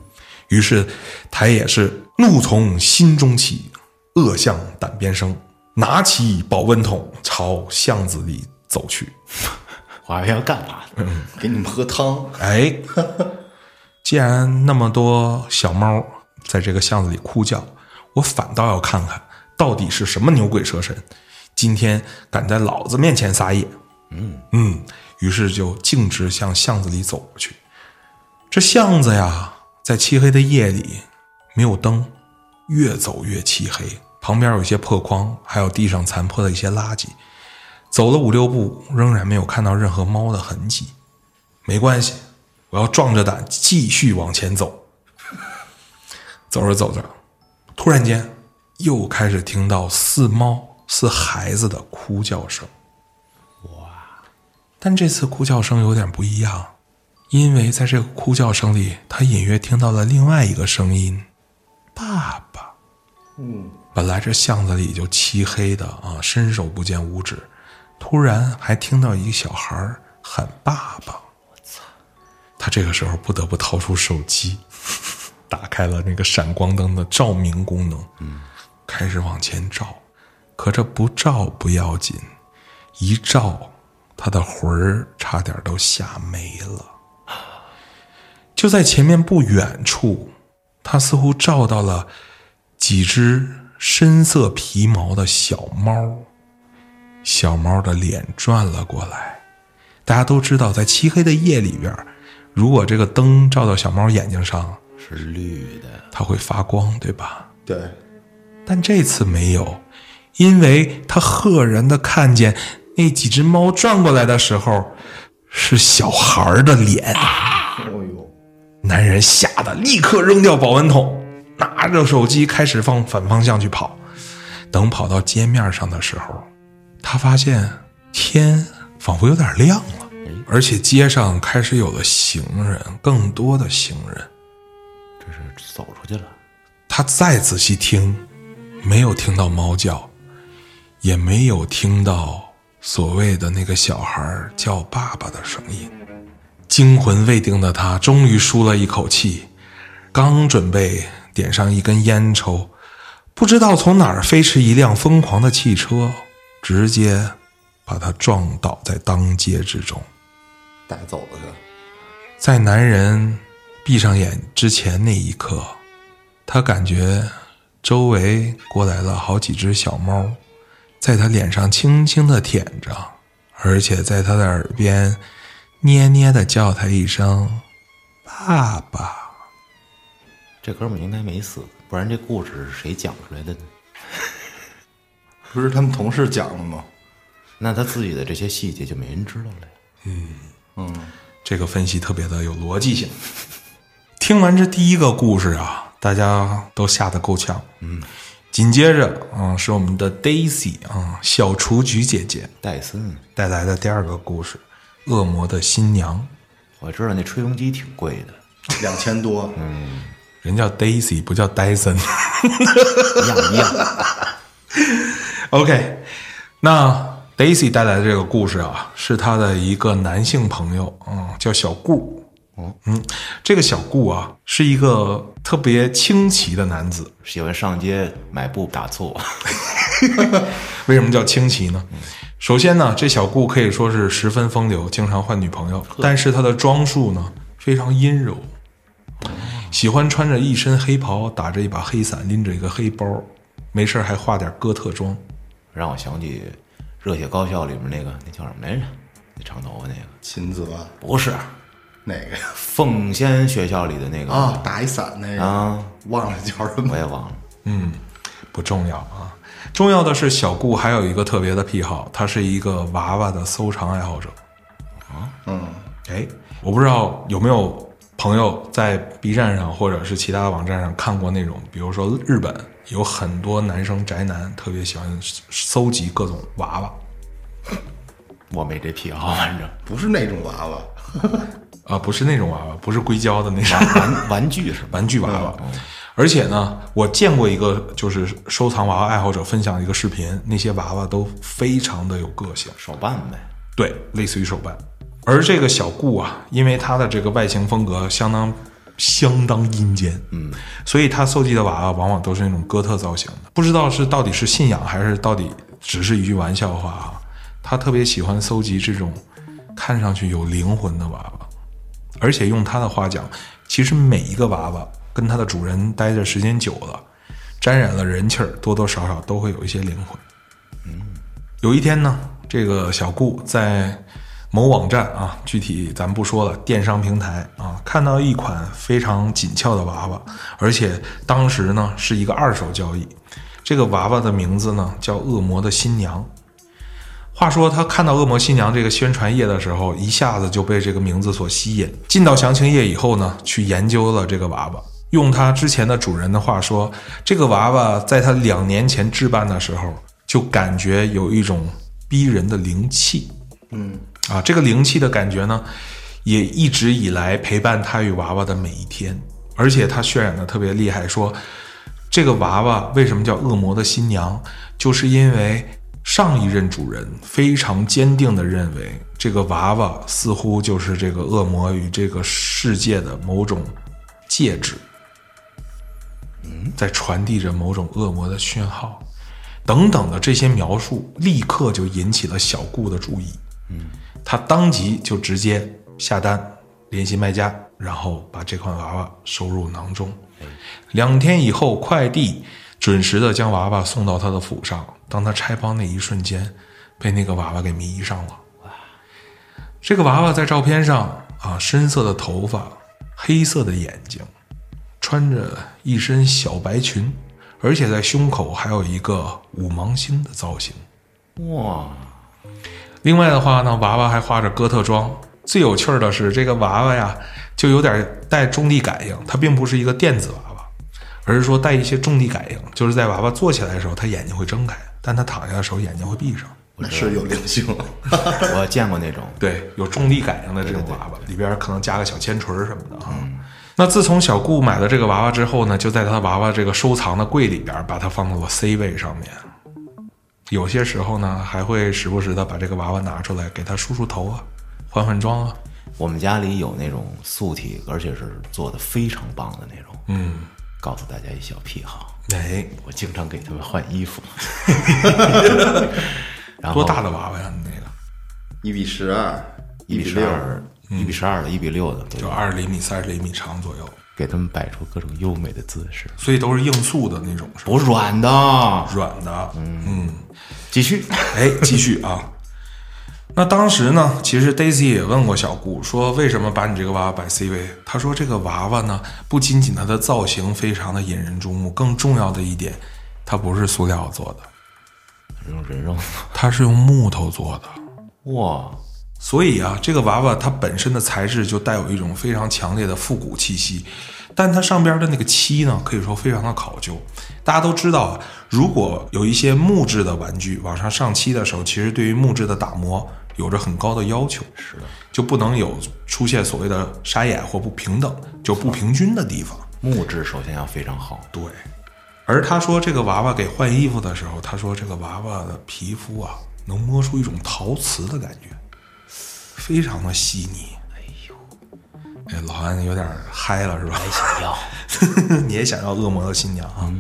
[SPEAKER 3] 于是他也是怒从心中起，恶向胆边生，拿起保温桶朝巷子里走去。
[SPEAKER 1] 我还要干嘛呢？
[SPEAKER 2] 给你们喝汤，
[SPEAKER 3] 哎，既然那么多小猫在这个巷子里哭叫，我反倒要看看到底是什么牛鬼蛇神，今天敢在老子面前撒野。嗯嗯，于是就径直向巷子里走过去。这巷子呀，在漆黑的夜里没有灯，越走越漆黑。旁边有一些破筐，还有地上残破的一些垃圾。走了五六步，仍然没有看到任何猫的痕迹。没关系，我要壮着胆继续往前走。走着走着，突然间又开始听到似猫似孩子的哭叫声。哇！但这次哭叫声有点不一样，因为在这个哭叫声里，他隐约听到了另外一个声音：“爸爸。”嗯，本来这巷子里就漆黑的啊，伸手不见五指，突然还听到一个小孩儿喊“爸爸”。他这个时候不得不掏出手机， 打开了那个闪光灯的照明功能，嗯，开始往前照。可这不照不要紧，一照，他的魂儿差点都吓没了。就在前面不远处，他似乎照到了几只深色皮毛的小猫，小猫的脸转了过来。大家都知道，在漆黑的夜里边儿，如果这个灯照到小猫眼睛上，
[SPEAKER 1] 是绿的，
[SPEAKER 3] 它会发光，对吧？
[SPEAKER 2] 对，
[SPEAKER 3] 但这次没有，因为他赫然的看见那几只猫转过来的时候，是小孩儿的脸。
[SPEAKER 2] 哎呦，
[SPEAKER 3] 男人吓得立刻扔掉保温桶，拿着手机开始往反方向去跑。等跑到街面上的时候，他发现天仿佛有点亮了，而且街上开始有了行人，更多的行人。
[SPEAKER 1] 这是走出去了。
[SPEAKER 3] 他再仔细听，没有听到猫叫，也没有听到所谓的那个小孩儿叫爸爸的声音。惊魂未定的他终于舒了一口气，刚准备点上一根烟抽，不知道从哪儿飞驰一辆疯狂的汽车，直接把他撞倒在当街之中。
[SPEAKER 2] 带走了他，
[SPEAKER 3] 在男人闭上眼之前那一刻，他感觉周围过来了好几只小猫，在他脸上轻轻的舔着，而且在他的耳边捏捏的叫他一声“爸爸
[SPEAKER 1] 这哥们儿应该没死，不然这故事是谁讲出来的呢？
[SPEAKER 2] 不是他们同事讲的吗？
[SPEAKER 1] 那他自己的这些细节就没人知道了呀。”。
[SPEAKER 3] 这个分析特别的有逻辑性。听完这第一个故事啊，大家都吓得够呛。嗯，紧接着啊、是我们的 Daisy 啊、小雏菊姐姐
[SPEAKER 1] 戴森，
[SPEAKER 3] 带来的第二个故事《恶魔的新娘》。
[SPEAKER 1] 我知道那吹风机挺贵 的，
[SPEAKER 2] 两 千多，
[SPEAKER 1] 嗯
[SPEAKER 3] 人叫 Daisy，不叫戴森。
[SPEAKER 1] 一样一样。
[SPEAKER 3] OK，那 Daisy 带来的这个故事啊，是她的一个男性朋友，嗯，叫小顾，这个小顾啊，是一个特别清奇的男子。
[SPEAKER 1] 喜欢上街买布打醋，
[SPEAKER 3] 为什么叫清奇呢？首先呢，这小顾可以说是十分风流，经常换女朋友，但是他的装束呢非常阴柔，喜欢穿着一身黑袍，打着一把黑伞，拎着一个黑包，没事儿还化点哥特妆。
[SPEAKER 1] 让我想起《热血高校》里面那个那叫什么来着？那长头发那个
[SPEAKER 2] 秦子吧，
[SPEAKER 1] 不是啊
[SPEAKER 2] 哪个呀？
[SPEAKER 1] 凤仙学校里的那个
[SPEAKER 2] 啊，打一伞那个，
[SPEAKER 1] 嗯啊
[SPEAKER 2] 忘了叫什
[SPEAKER 1] 我
[SPEAKER 2] 么。
[SPEAKER 1] 也忘了。
[SPEAKER 3] 嗯，不重要啊。重要的是，小顾还有一个特别的癖好，他是一个娃娃的收藏爱好者。
[SPEAKER 2] 嗯，
[SPEAKER 3] 哎，我不知道有没有朋友在 B 站上或者是其他的网站上看过那种，比如说日本有很多男生宅男特别喜欢搜集各种娃娃
[SPEAKER 1] 我没这癖好，反正
[SPEAKER 2] 不是那种娃娃，
[SPEAKER 3] 啊、不是那种娃娃，不是硅胶的那种
[SPEAKER 1] 玩玩具是吧？
[SPEAKER 3] 玩具娃娃。而且呢，我见过一个就是收藏娃娃爱好者分享的一个视频，那些娃娃都非常的有个性。
[SPEAKER 1] 手办呗。
[SPEAKER 3] 对，类似于手办。而这个小顾啊，因为他的这个外形风格相当相当阴间，嗯，所以他搜集的娃娃往往都是那种哥特造型的。不知道是到底是信仰，还是到底只是一句玩笑话啊。他特别喜欢搜集这种看上去有灵魂的娃娃，而且用他的话讲，其实每一个娃娃跟他的主人待着时间久了，沾染了人气儿，多多少少都会有一些灵魂。有一天呢，这个小顾在某网站啊，具体咱不说了，电商平台啊，看到一款非常紧俏的娃娃，而且当时呢是一个二手交易。这个娃娃的名字呢叫《恶魔的新娘》。话说他看到《恶魔新娘》这个宣传页的时候，一下子就被这个名字所吸引。进到详情页以后呢，去研究了这个娃娃。用他之前的主人的话说，这个娃娃在他两年前置办的时候，就感觉有一种逼人的灵气。嗯，啊，这个灵气的感觉呢，也一直以来陪伴他与娃娃的每一天。而且他渲染的特别厉害，说这个娃娃为什么叫恶魔的新娘，就是因为上一任主人非常坚定地认为，这个娃娃似乎就是这个恶魔与这个世界的某种介质，在传递着某种恶魔的讯号，等等的这些描述，立刻就引起了小顾的注意。嗯，他当即就直接下单联系卖家，然后把这款娃娃收入囊中。两天以后，快递准时的将娃娃送到他的府上。当他拆包那一瞬间，被那个娃娃给迷上了。这个娃娃在照片上啊，深色的头发，黑色的眼睛，穿着一身小白裙，而且在胸口还有一个五芒星的造型。
[SPEAKER 1] 哇，
[SPEAKER 3] 另外的话呢，娃娃还画着哥特妆。最有趣儿的是，这个娃娃呀，就有点带重力感应，它并不是一个电子娃娃，而是说带一些重力感应，就是在娃娃坐起来的时候，它眼睛会睁开，但它躺下的时候眼睛会闭上。
[SPEAKER 2] 那是有灵性。
[SPEAKER 1] 我见过那种，
[SPEAKER 3] 对，有重力感应的这种娃娃，里边可能加个小铅锤儿什么的啊。
[SPEAKER 1] 嗯
[SPEAKER 3] 那自从小顾买了这个娃娃之后呢，就在他娃娃这个收藏的柜里边，把它放到了 C 位上面。有些时候呢，还会时不时的把这个娃娃拿出来，给他梳梳头啊，换换妆啊。
[SPEAKER 1] 我们家里有那种素体，而且是做的非常棒的那种。
[SPEAKER 3] 嗯，
[SPEAKER 1] 告诉大家一小癖好，
[SPEAKER 3] 哎，
[SPEAKER 1] 我经常给他们换衣服。然后
[SPEAKER 3] 多大的娃娃呀？那个
[SPEAKER 2] 一比十二，
[SPEAKER 1] 一比
[SPEAKER 2] 比
[SPEAKER 1] 十
[SPEAKER 2] 六，
[SPEAKER 1] 二，一比十二的，一比六的，对
[SPEAKER 3] 就二十厘米、三十厘米长左右，
[SPEAKER 1] 给他们摆出各种优美的姿势，
[SPEAKER 3] 所以都是硬塑的那种，是吧？
[SPEAKER 1] 不软的。
[SPEAKER 3] 软的。嗯
[SPEAKER 1] 继续，
[SPEAKER 3] 哎，继续啊。 那当时呢，其实 Daisy 也问过小顾，说为什么把你这个娃娃摆 C 位？他说这个娃娃呢，不仅仅它的造型非常的引人注目，更重要的一点，它不是塑料做的，
[SPEAKER 1] 用人肉，
[SPEAKER 3] 它是用木头做的。
[SPEAKER 1] 哇，
[SPEAKER 3] 所以啊，这个娃娃它本身的材质就带有一种非常强烈的复古气息，但它上边的那个漆呢，可以说非常的考究。大家都知道啊，如果有一些木质的玩具往上上漆的时候，其实对于木质的打磨有着很高的要求，是的，就不能有出现所谓的沙眼或不平等，就不平均的地方。
[SPEAKER 1] 木质首先要非常好，
[SPEAKER 3] 对，而他说这个娃娃给换衣服的时候，他说这个娃娃的皮肤啊，能摸出一种陶瓷的感觉，非常的细腻。哎呦，哎，老韩有点嗨了是吧？
[SPEAKER 1] 想要
[SPEAKER 3] 你也想要恶魔的新娘啊？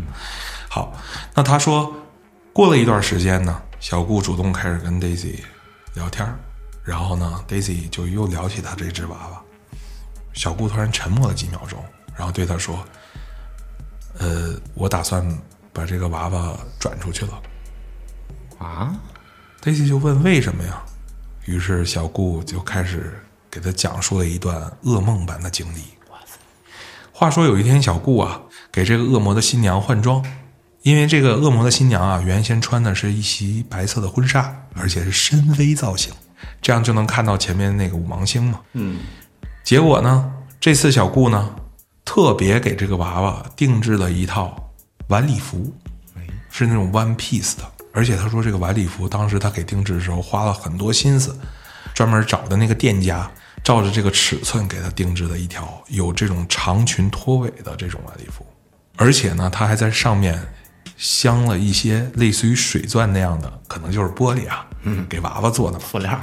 [SPEAKER 3] 好，那他说，过了一段时间呢，小顾主动开始跟 Daisy 聊天儿，然后呢，Daisy 就又聊起他这只娃娃。小顾突然沉默了几秒钟，然后对他说：“呃，我打算把这个娃娃转出去了。”
[SPEAKER 1] 啊，
[SPEAKER 3] Daisy 就问为什么呀？于是小顾就开始给他讲述了一段噩梦般的经历。话说有一天，小顾啊给这个恶魔的新娘换装，因为这个恶魔的新娘啊原先穿的是一袭白色的婚纱，而且是深 V 造型，这样就能看到前面那个五芒星嘛。嗯。结果呢，这次小顾呢特别给这个娃娃定制了一套晚礼服。是那种 one piece 的，而且他说这个晚礼服当时他给定制的时候花了很多心思，专门找的那个店家照着这个尺寸给他定制的一条有这种长裙拖尾的这种晚礼服，而且呢，他还在上面镶了一些类似于水钻那样的，可能就是玻璃啊，嗯，给娃娃做的嘛。
[SPEAKER 1] 塑料，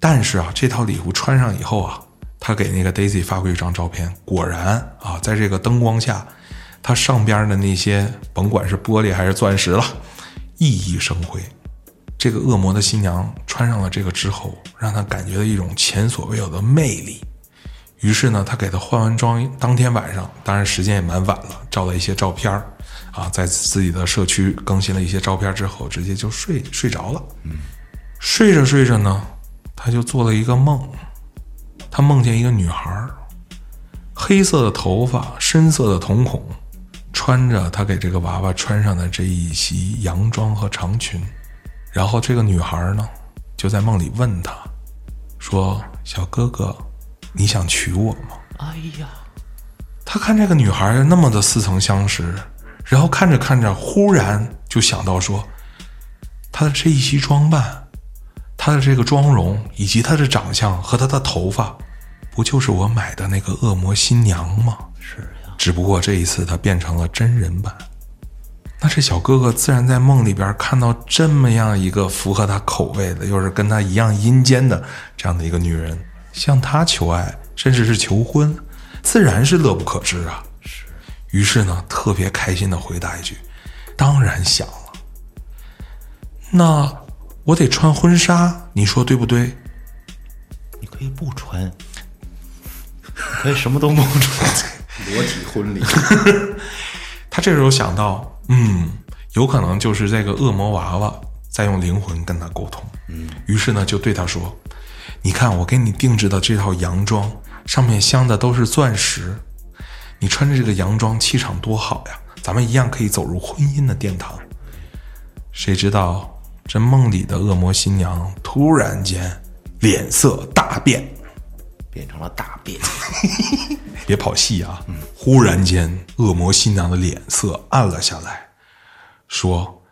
[SPEAKER 3] 但是啊，这套礼服穿上以后啊，他给那个 Daisy 发过一张照片，果然啊，在这个灯光下，它上边的那些甭管是玻璃还是钻石了，熠熠生辉。这个恶魔的新娘穿上了这个之后，让她感觉到一种前所未有的魅力。于是呢，他给她换完妆当天晚上，当然时间也蛮晚了，照了一些照片儿啊，在自己的社区更新了一些照片之后，直接就睡睡着了。睡着睡着呢，他就做了一个梦，他梦见一个女孩儿，黑色的头发，深色的瞳孔，穿着他给这个娃娃穿上的这一袭洋装和长裙。然后这个女孩儿呢，就在梦里问他，说：“小哥哥，你想娶我吗？”
[SPEAKER 1] 哎呀，
[SPEAKER 3] 他看这个女孩儿那么的似曾相识，然后看着看着，忽然就想到说，她的这一袭装扮，她的这个妆容，以及她的长相和她的头发，不就是我买的那个恶魔新娘吗？是呀。只不过这一次她变成了真人版。那这小哥哥自然在梦里边看到这么样一个符合他口味的，又是跟他一样阴间的这样的一个女人，向他求爱，甚至是求婚，自然是乐不可支啊。是。于是呢，特别开心的回答一句：“当然想了。”那我得穿婚纱，你说对不对？
[SPEAKER 1] 你可以不穿，你可以什么都不穿。
[SPEAKER 2] 裸体婚礼，
[SPEAKER 3] 他这时候想到，嗯，有可能就是这个恶魔娃娃在用灵魂跟他沟通。嗯，于是呢，就对他说：“你看，我给你定制的这套洋装，上面镶的都是钻石，你穿着这个洋装气场多好呀！咱们一样可以走入婚姻的殿堂。”谁知道这梦里的恶魔新娘突然间脸色大变，
[SPEAKER 1] 变成了大便，
[SPEAKER 3] 别跑戏啊！忽然间，恶魔新娘的脸色暗了下来，说：“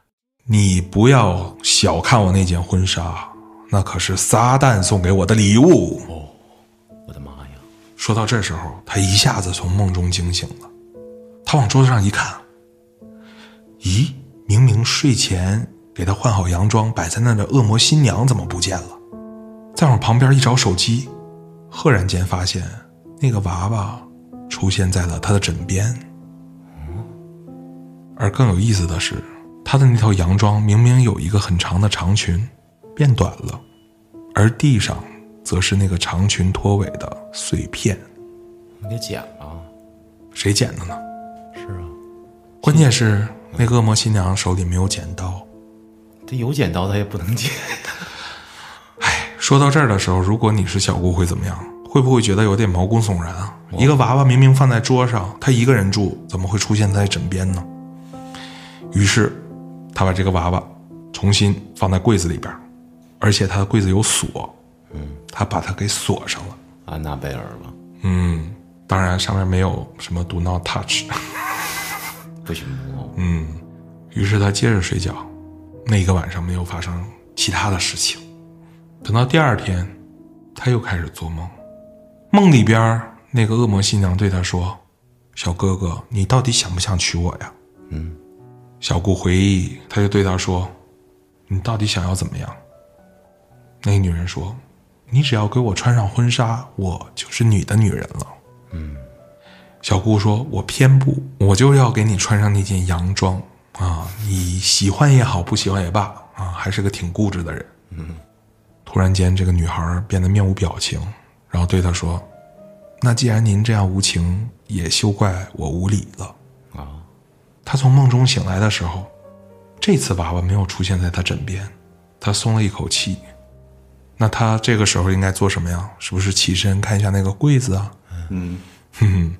[SPEAKER 3] 你不要小看我那件婚纱，那可是撒旦送给我的礼物。
[SPEAKER 1] 我的妈呀！
[SPEAKER 3] 说到这时候，他一下子从梦中惊醒了，他往桌子上一看，咦，明明睡前给他换好洋装摆在那的恶魔新娘怎么不见了？再往旁边一找手机，赫然间发现那个娃娃出现在了他的枕边。而更有意思的是，他的那套洋装明明有一个很长的长裙，变短了，而地上则是那个长裙拖尾的碎片。
[SPEAKER 1] 你给剪了，
[SPEAKER 3] 谁捡的呢？
[SPEAKER 1] 是啊，
[SPEAKER 3] 关键是那个恶魔新娘手里没有剪刀。
[SPEAKER 1] 这有剪刀他也不能剪，
[SPEAKER 3] 哎说到这儿的时候，如果你是小姑，会怎么样？会不会觉得有点毛骨悚然啊？一个娃娃明明放在桌上，她一个人住，怎么会出现在枕边呢？于是，她把这个娃娃重新放在柜子里边儿，而且她的柜子有锁，嗯，她把它给锁上了。
[SPEAKER 1] 安娜贝尔了，
[SPEAKER 3] 嗯，当然上面没有什么 “do not touch”。
[SPEAKER 1] 不许摸。
[SPEAKER 3] 嗯于是他接着睡觉。那一个晚上没有发生其他的事情。等到第二天，他又开始做梦，梦里边儿那个恶魔新娘对他说：“小哥哥，你到底想不想娶我呀？”嗯。小顾回忆，他就对他说：“你到底想要怎么样？”那个女人说：“你只要给我穿上婚纱，我就是你的女人了。”小姑说：“我偏不，我就要给你穿上那件洋装啊！你喜欢也好，不喜欢也罢啊，还是个挺固执的人。”嗯。突然间，这个女孩变得面无表情，然后对他说：“那既然您这样无情，也休怪我无礼了。”
[SPEAKER 1] 啊，
[SPEAKER 3] 他从梦中醒来的时候，这次娃娃没有出现在他枕边，他松了一口气。那他这个时候应该做什么呀？是不是起身看一下那个柜子啊？哼哼，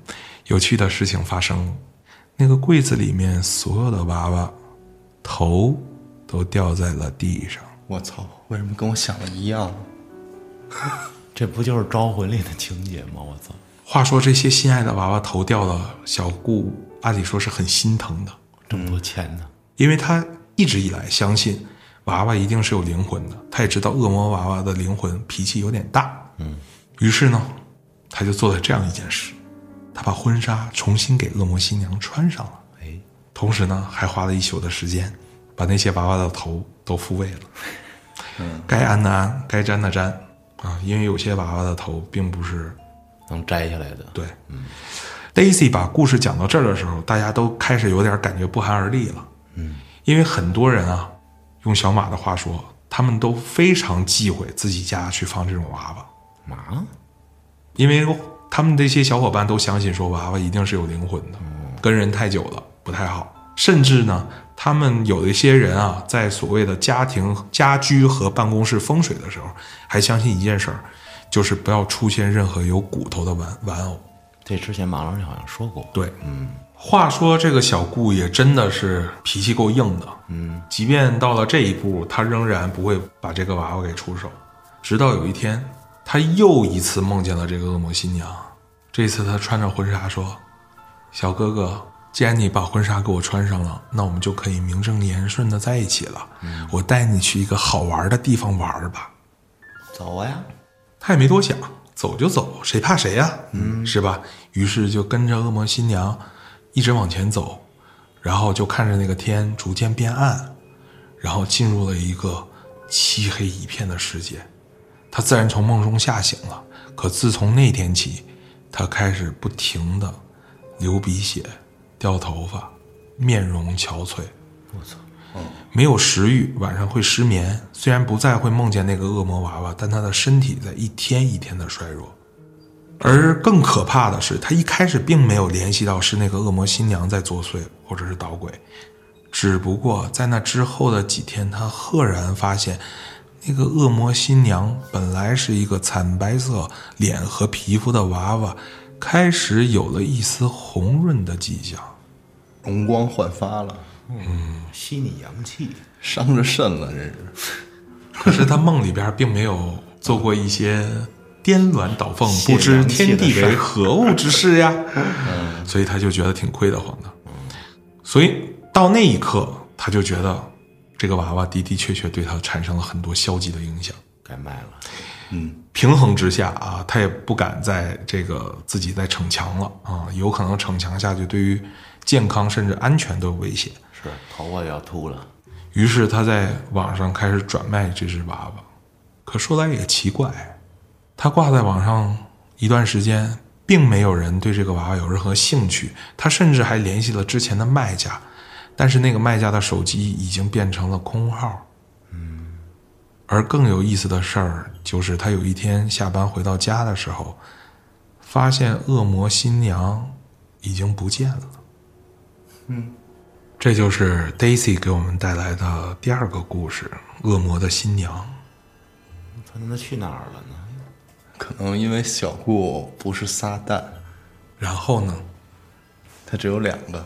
[SPEAKER 3] 有趣的事情发生了，那个柜子里面所有的娃娃头都掉在了地上。
[SPEAKER 2] 我操，为什么跟我想的一样？
[SPEAKER 1] 这不就是《招魂》里的情节吗？我操，
[SPEAKER 3] 话说这些心爱的娃娃头掉了，小顾按理说是很心疼的，
[SPEAKER 1] 这么多钱呢？
[SPEAKER 3] 因为他一直以来相信娃娃一定是有灵魂的，他也知道恶魔娃娃的灵魂脾气有点大。嗯，于是呢，他就做了这样一件事，他把婚纱重新给恶魔新娘穿上了。
[SPEAKER 1] 哎，
[SPEAKER 3] 同时呢，还花了一宿的时间，把那些娃娃的头都复位了。该安的安，该粘的粘啊，因为有些娃娃的头并不是
[SPEAKER 1] 能摘下来的，
[SPEAKER 3] 对。Daisy 把故事讲到这儿的时候，大家都开始有点感觉不寒而栗了。嗯，因为很多人啊，用小马的话说，他们都非常忌讳自己家去放这种娃娃，
[SPEAKER 1] 嘛？
[SPEAKER 3] 因为他们这些小伙伴都相信说娃娃一定是有灵魂的，跟人太久了不太好。甚至呢，他们有一些人啊，在所谓的家庭、家居和办公室风水的时候，还相信一件事儿，就是不要出现任何有骨头的玩玩偶。
[SPEAKER 1] 这之前马老师好像说过，
[SPEAKER 3] 对，嗯。话说这个小顾也真的是脾气够硬的，嗯，即便到了这一步，他仍然不会把这个娃娃给出手。直到有一天，他又一次梦见了这个恶魔新娘。这次他穿着婚纱说：“小哥哥，既然你把婚纱给我穿上了，那我们就可以名正言顺的在一起了。我带你去一个好玩的地方玩儿吧。”
[SPEAKER 1] 走啊呀！
[SPEAKER 3] 他也没多想，走就走，谁怕谁呀、嗯，是吧？于是就跟着恶魔新娘一直往前走，然后就看着那个天逐渐变暗，然后进入了一个漆黑一片的世界。他自然从梦中吓醒了，可自从那天起，他开始不停的流鼻血、掉头发，面容憔悴。没有食欲，晚上会失眠。虽然不再会梦见那个恶魔娃娃，但他的身体在一天一天的衰弱。而更可怕的是，他一开始并没有联系到是那个恶魔新娘在作祟，或者是捣鬼。只不过在那之后的几天，他赫然发现，那个恶魔新娘本来是一个惨白色脸和皮肤的娃娃，开始有了一丝红润的迹象。
[SPEAKER 2] 容光焕发了，
[SPEAKER 1] 吸你阳气，
[SPEAKER 2] 伤着肾了，真是。
[SPEAKER 3] 可是他梦里边并没有做过一些颠鸾倒凤、
[SPEAKER 1] 谢
[SPEAKER 3] 不知
[SPEAKER 1] 良谢
[SPEAKER 3] 天
[SPEAKER 1] 的
[SPEAKER 3] 地
[SPEAKER 1] 事儿
[SPEAKER 3] 为何物之事呀，嗯所以他就觉得挺亏得慌的。所以到那一刻，他就觉得这个娃娃的的确确对他产生了很多消极的影响。
[SPEAKER 1] 该卖了。
[SPEAKER 3] 平衡之下啊，他也不敢再这个自己再逞强了啊，有可能逞强下去对于健康甚至安全都有威胁。
[SPEAKER 1] 是头发要秃了，
[SPEAKER 3] 于是他在网上开始转卖这只娃娃。可说来也奇怪，他挂在网上一段时间，并没有人对这个娃娃有任何兴趣。他甚至还联系了之前的卖家，但是那个卖家的手机已经变成了空号。嗯。而更有意思的事儿就是，他有一天下班回到家的时候，发现恶魔新娘已经不见了。这就是 Daisy 给我们带来的第二个故事《恶魔的新娘
[SPEAKER 1] 他他妈去哪儿了呢？
[SPEAKER 2] 可能因为小顾不是撒旦，》。
[SPEAKER 3] 然后呢，
[SPEAKER 2] 他只有两个。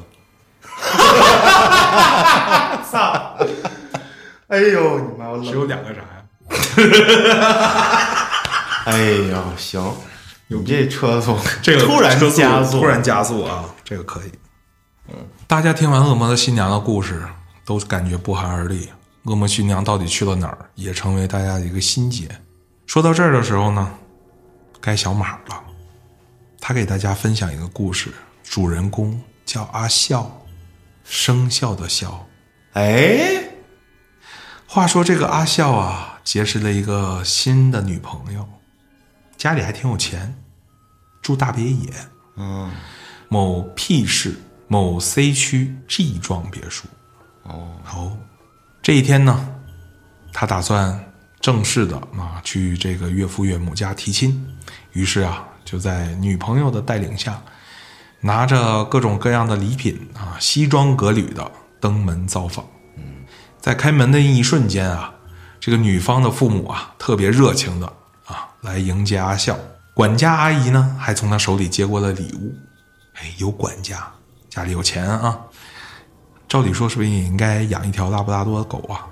[SPEAKER 5] 哎呦你妈！我冷
[SPEAKER 3] 只有两个啥呀？
[SPEAKER 1] 哎呦，行，你这车速
[SPEAKER 3] 这个
[SPEAKER 1] 突然
[SPEAKER 3] 车速
[SPEAKER 1] 加速，
[SPEAKER 3] 突然加速啊，这个可以。嗯，大家听完《恶魔的新娘》的故事，都感觉不寒而栗。恶魔新娘到底去了哪儿，也成为大家的一个心结。说到这儿的时候呢，该小马了。他给大家分享一个故事，主人公叫阿笑，生肖的肖。
[SPEAKER 1] 哎，
[SPEAKER 3] 话说这个阿笑啊，结识了一个新的女朋友，家里还挺有钱，住大别野。嗯，某 P 市某 C 区 G 幢别墅。哦，这一天呢，他打算正式的啊去这个岳父岳母家提亲，于是啊就在女朋友的带领下，拿着各种各样的礼品啊，西装革履的登门造访。在开门的一瞬间啊，这个女方的父母啊特别热情的啊来迎接阿笑，管家阿姨呢还从他手里接过了礼物。哎，有管家，家里有钱啊。照理说是不是也应该养一条拉布拉多狗啊？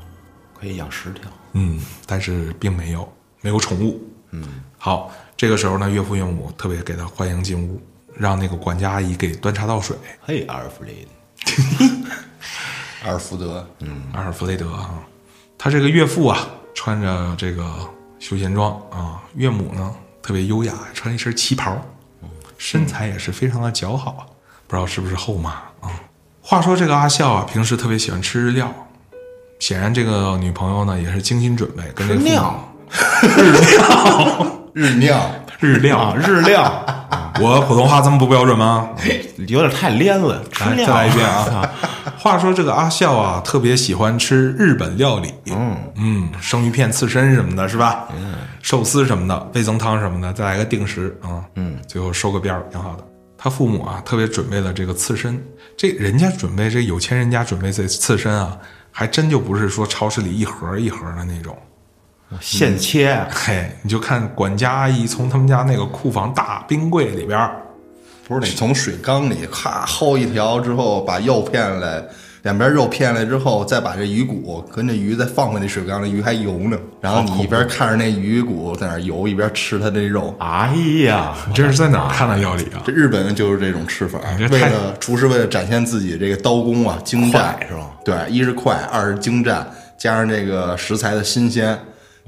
[SPEAKER 1] 可以养十条。
[SPEAKER 3] 嗯，但是并没有，没有宠物。嗯，好，这个时候呢，岳父岳母特别给他欢迎进屋，让那个管家阿姨给端茶倒水。
[SPEAKER 1] 嘿，阿尔弗雷德，
[SPEAKER 2] 阿尔福德，
[SPEAKER 3] 阿尔弗雷德啊，他这个岳父啊，穿着这个休闲装啊，岳母呢特别优雅，穿一身旗袍，身材也是非常的姣好啊，不知道是不是后妈啊。话说这个阿笑啊，平时特别喜欢吃日料，显然这个女朋友呢也是精心准备，跟这个父母
[SPEAKER 1] 尿
[SPEAKER 2] 日酿，
[SPEAKER 3] 日料啊，
[SPEAKER 1] 日料
[SPEAKER 3] 我普通话这么不标准吗？
[SPEAKER 1] 有点太连了， 吃
[SPEAKER 3] 来
[SPEAKER 1] 料
[SPEAKER 3] 再来一遍啊！话说这个阿笑啊，特别喜欢吃日本料理，嗯生鱼片、刺身什么的，是吧？嗯，寿司什么的，味增汤什么的，再来个定时啊，嗯，最后收个边儿，挺好的。他父母啊，特别准备了这个刺身，这人家准备这有钱人家准备这刺身啊，还真就不是说超市里一盒一盒的那 种，
[SPEAKER 1] 现切，
[SPEAKER 3] 嘿，你就看管家阿姨从他们家那个库房大冰柜里边儿
[SPEAKER 2] 不是得从水缸里咔薅一条之后，把肉片下来，两边肉片下来之后，再把这鱼骨跟着鱼再放回那水缸里，鱼还游呢。然后你一边看着那鱼骨在那儿游，一边吃它那肉。
[SPEAKER 1] 哎呀，
[SPEAKER 3] 你这是在哪儿看的料理啊？
[SPEAKER 2] 这日本就是这种吃法
[SPEAKER 3] 这，
[SPEAKER 2] 为
[SPEAKER 3] 太
[SPEAKER 2] 了厨师为了展现自己这个刀工啊，精湛
[SPEAKER 1] 快是吧？
[SPEAKER 2] 对，一是快，二是精湛，加上这个食材的新鲜，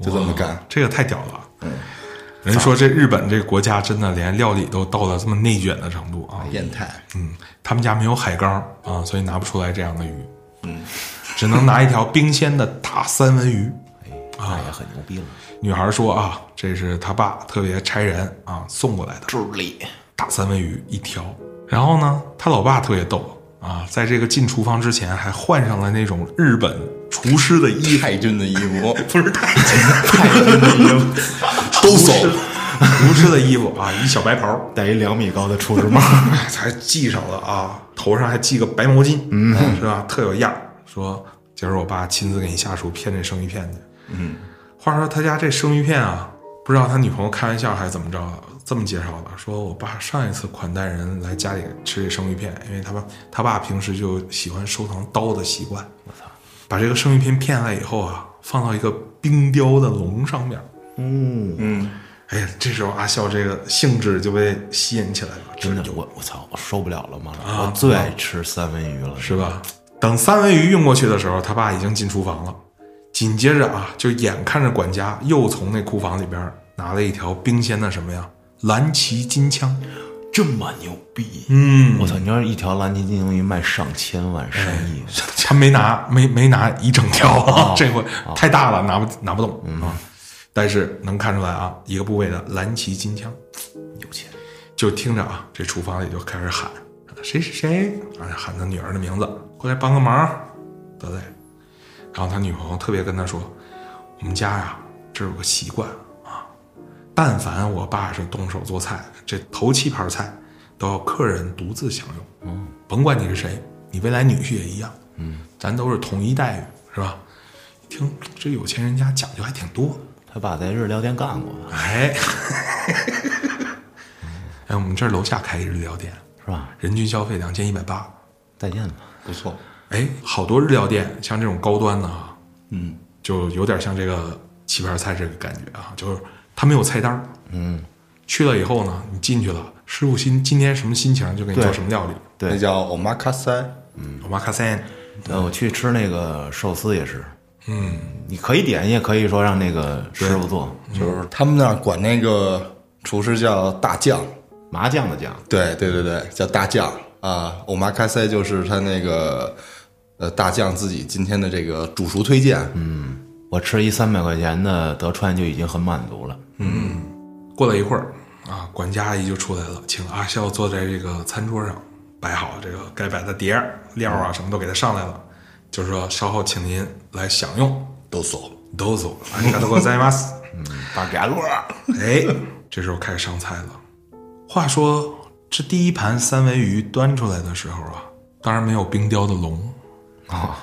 [SPEAKER 2] 就这么干。
[SPEAKER 3] 这个太屌了。人说这日本这个国家真的连料理都到了这么内卷的程度啊！
[SPEAKER 2] 变态，
[SPEAKER 3] 嗯，他们家没有海缸啊，所以拿不出来这样的鱼，嗯，只能拿一条冰鲜的大三文鱼。
[SPEAKER 1] 那也哎很牛逼了，
[SPEAKER 3] 女孩说啊，这是她爸特别差人啊送过来的
[SPEAKER 1] 助理
[SPEAKER 3] 大三文鱼一条。然后呢，他老爸特别逗啊，在这个进厨房之前还换上了那种日本厨师的衣服，
[SPEAKER 2] 太君的衣服
[SPEAKER 3] 不是太监， 太监的衣服，
[SPEAKER 2] 都搜
[SPEAKER 3] 厨师的衣服啊，一小白袍，
[SPEAKER 1] 戴一两米高的厨师 帽，
[SPEAKER 3] 还系上了啊，头上还系个白毛巾，嗯，是吧？特有样儿。说今儿我爸亲自给你下厨片这生鱼片去。嗯，话说他家这生鱼片啊，不知道他女朋友开玩笑还是怎么着的，这么介绍的：说我爸上一次款待人来家里吃这生鱼片，因为他爸他爸平时就喜欢收藏刀的习惯。我操，把这个生鱼片片下来以后啊，放到一个冰雕的笼上面。嗯嗯，哎呀，这时候阿笑这个兴致就被吸引起来了，
[SPEAKER 1] 真的，我我操，我受不了了，妈的，我最爱吃三文鱼了，
[SPEAKER 3] 是吧？等三文鱼运过去的时候，他爸已经进厨房了。紧接着啊，就眼看着管家又从那库房里边拿了一条冰鲜的什么呀，蓝鳍金枪。
[SPEAKER 1] 这么牛逼，
[SPEAKER 3] 嗯，
[SPEAKER 1] 我操，你要是一条蓝鳍金龙鱼卖上千万上亿，
[SPEAKER 3] 他没拿，没没拿一整条啊，这回太大了，拿不拿不动啊。但是能看出来啊，一个部位的蓝鳍金枪，
[SPEAKER 1] 有钱，
[SPEAKER 3] 就听着啊，这厨房里就开始喊谁谁谁，啊，喊他女儿的名字，过来帮个忙，得嘞。然后他女朋友特别跟他说，我们家呀、这有个习惯啊，但凡我爸是动手做菜，这头七盘菜都要客人独自享用，嗯，甭管你是谁，你未来女婿也一样，嗯，咱都是统一待遇，是吧？一听这有钱人家讲究还挺多，
[SPEAKER 1] 他爸在日料店干过，
[SPEAKER 3] 哎， 哎，我们这儿楼下开一日料店，
[SPEAKER 1] 是吧？
[SPEAKER 3] 人均消费两千一百八。
[SPEAKER 1] 再见吧，
[SPEAKER 2] 不错，
[SPEAKER 3] 哎，好多日料店像这种高端的啊，嗯，就有点像这个棋盘菜这个感觉啊，就是它没有菜单儿，嗯，去了以后呢，你进去了，师傅心今天什么心情就给你做什么料理。
[SPEAKER 1] 对
[SPEAKER 2] 那叫 omakase，
[SPEAKER 3] 我妈卡塞，
[SPEAKER 1] 呃，我去吃那个寿司也是，
[SPEAKER 3] 嗯，
[SPEAKER 1] 你可以点，也可以说让那个师傅做
[SPEAKER 2] 就是他们那儿管那个厨师叫大将，
[SPEAKER 1] 麻酱的酱，
[SPEAKER 2] 对对对对，叫大酱啊，omakase 就是他那个呃大酱自己今天的这个主厨推荐，嗯，
[SPEAKER 1] 我吃一三百块钱的德川就已经很满足了。
[SPEAKER 3] 过了一会儿，啊，管家阿姨就出来了，请阿笑坐在这个餐桌上，摆好这个该摆的碟儿、料啊，什么都给他上来了，就是说稍后请您来享用。
[SPEAKER 2] 都走了。
[SPEAKER 3] 都走，ありがとうございます。
[SPEAKER 1] 大家乐，
[SPEAKER 3] 哎，这时候开始上菜了。话说这第一盘三文鱼端出来的时候啊，当然没有冰雕的龙
[SPEAKER 1] 啊，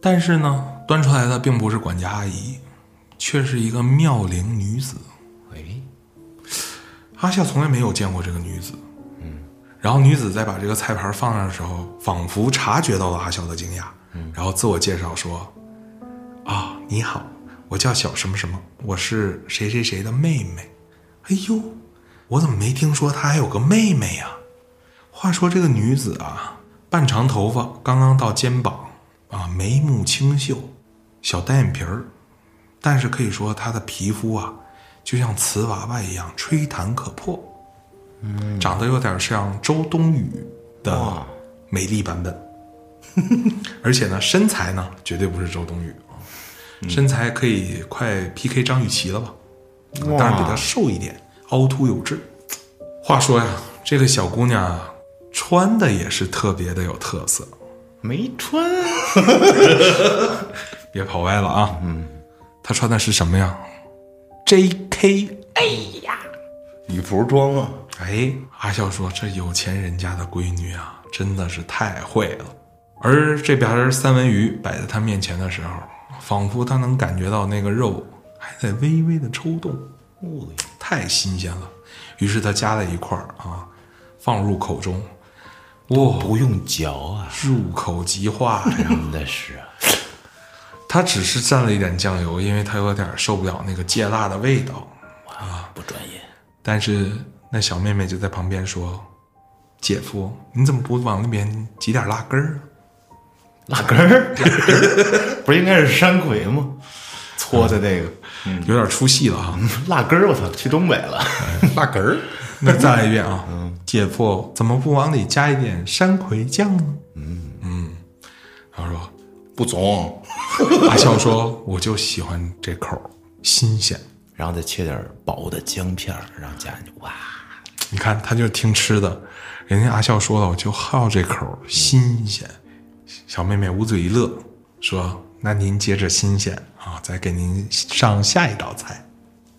[SPEAKER 3] 但是呢，端出来的并不是管家阿姨，却是一个妙龄女子。
[SPEAKER 1] 哎，
[SPEAKER 3] 阿笑从来没有见过这个女子。嗯，然后女子在把这个菜盘放上的时候，仿佛察觉到了阿笑的惊讶，然后自我介绍说：“啊，你好，我叫小什么什么，我是谁谁谁的妹妹。”哎呦，我怎么没听说她还有个妹妹呀、话说这个女子啊，半长头发刚刚到肩膀啊，眉目清秀，小单眼皮儿，但是可以说她的皮肤啊，就像瓷娃娃一样吹弹可破，嗯，长得有点像周冬雨的美丽版本， 而且呢，身材呢绝对不是周冬雨啊，身材可以快 PK 张雨绮了吧？当然比她瘦一点，凹凸有致。话说呀，这个小姑娘啊穿的也是特别的有特色，
[SPEAKER 1] 没穿，
[SPEAKER 3] 别跑歪了啊！嗯，她穿的是什么呀？J.K.
[SPEAKER 2] 女仆装啊，
[SPEAKER 3] 哎，阿笑说：“这有钱人家的闺女啊，真的是太会了。”而这边三文鱼摆在他面前的时候，仿佛他能感觉到那个肉还在微微的抽动，太新鲜了。于是他夹在一块儿啊，放入口中，哇，
[SPEAKER 1] 不用嚼啊，
[SPEAKER 3] 入口即化呀！
[SPEAKER 1] 真的是啊，
[SPEAKER 3] 他只是蘸了一点酱油，因为他有点受不了那个芥辣的味道。
[SPEAKER 1] 不专业。
[SPEAKER 3] 但是那小妹妹就在旁边说：“姐夫，你怎么不往那边挤点辣根儿啊？”
[SPEAKER 1] 拉根儿，不是应该是山葵吗？搓的那个
[SPEAKER 3] 有点出戏了啊哈。
[SPEAKER 1] 辣根儿，我操，去东北了，
[SPEAKER 2] 辣根儿，
[SPEAKER 3] 那再来一遍啊，姐夫，怎么不往里加一点山葵酱呢？嗯嗯，然后
[SPEAKER 2] 不总
[SPEAKER 3] 说，阿笑说，我就喜欢这口儿，新鲜。
[SPEAKER 1] 然后再切点薄的姜片儿，然后加进去，哇，
[SPEAKER 3] 你看，他就听吃的，人家阿笑说了，我就好这口儿新鲜。小妹妹捂嘴一乐，说：“那您接着新鲜啊，再给您上下一道菜。”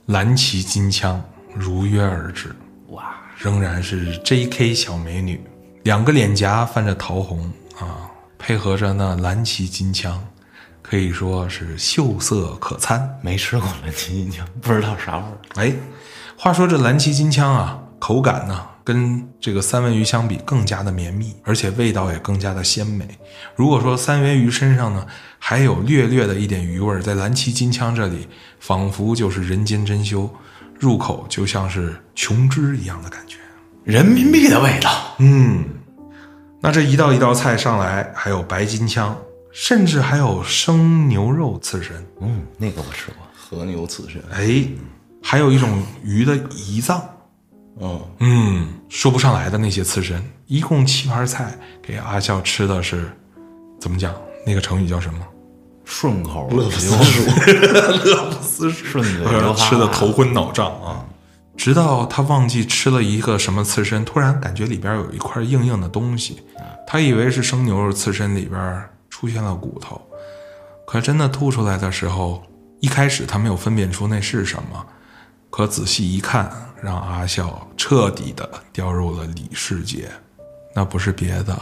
[SPEAKER 3] 蓝旗金枪如约而至，哇，仍然是 J.K. 小美女，两个脸颊泛着桃红啊，配合着那蓝旗金枪，可以说是秀色可餐。
[SPEAKER 1] 没吃过蓝旗金枪，不知道啥味儿。
[SPEAKER 3] 哎，话说这蓝鳍金枪啊，口感呢跟这个三文鱼相比更加的绵密，而且味道也更加的鲜美。如果说三文鱼身上呢还有略略的一点鱼味儿，在蓝鳍金枪这里，仿佛就是人间珍馐，入口就像是琼脂一样的感觉。
[SPEAKER 1] 人民币的味道，
[SPEAKER 3] 嗯，那这一道一道菜上来，还有白金枪，甚至还有生牛肉刺身。
[SPEAKER 1] 嗯，那个我吃过，
[SPEAKER 2] 和牛刺身，
[SPEAKER 3] 哎，还有一种鱼的胰脏。
[SPEAKER 2] 嗯，
[SPEAKER 3] 嗯，说不上来的那些刺身，一共七盘菜，给阿笑吃的是，怎么讲？那个成语叫什么？
[SPEAKER 1] 顺口
[SPEAKER 2] 乐
[SPEAKER 1] 溜
[SPEAKER 2] 不 思蜀，
[SPEAKER 1] 顺嘴
[SPEAKER 3] 呃
[SPEAKER 1] 流哈，
[SPEAKER 3] 吃的头昏脑胀啊！直到他忘记吃了一个什么刺身，突然感觉里边有一块硬硬的东西，他以为是生牛肉刺身里边出现了骨头，可真的吐出来的时候，一开始他没有分辨出那是什么，可仔细一看，让阿笑彻底的掉入了李世界，那不是别的，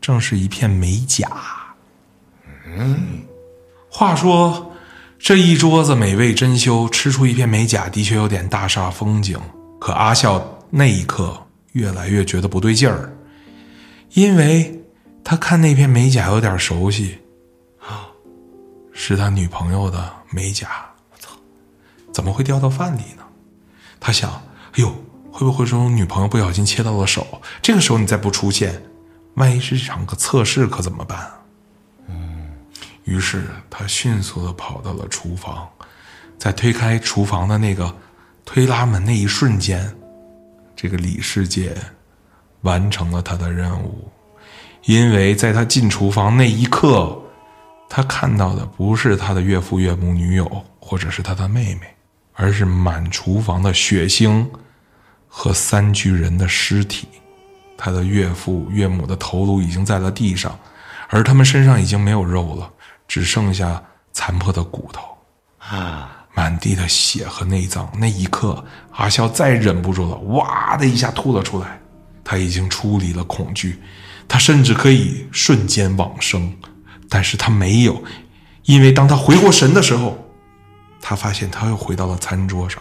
[SPEAKER 3] 正是一片美甲。话说，这一桌子美味珍馐，吃出一片美甲，的确有点大煞风景。可阿笑那一刻越来越觉得不对劲儿，因为他看那片美甲有点熟悉，是他女朋友的美甲。我操，怎么会掉到饭里呢？他想，哎呦，会不会是我女朋友不小心切到了手？这个时候你再不出现，万一是一场个测试，可怎么办、于是他迅速地跑到了厨房，在推开厨房的那个推拉门那一瞬间，这个李世界完成了他的任务，因为在他进厨房那一刻，他看到的不是他的岳父、岳母、女友，或者是他的妹妹，而是满厨房的血腥和三具人的尸体，他的岳父岳母的头颅已经在了地上，而他们身上已经没有肉了，只剩下残破的骨头。
[SPEAKER 1] 啊
[SPEAKER 3] 满地的血和内脏。那一刻，阿笑再忍不住了，哇的一下吐了出来。他已经出离了恐惧，他甚至可以瞬间往生，但是他没有，因为当他回过神的时候，他发现他又回到了餐桌上。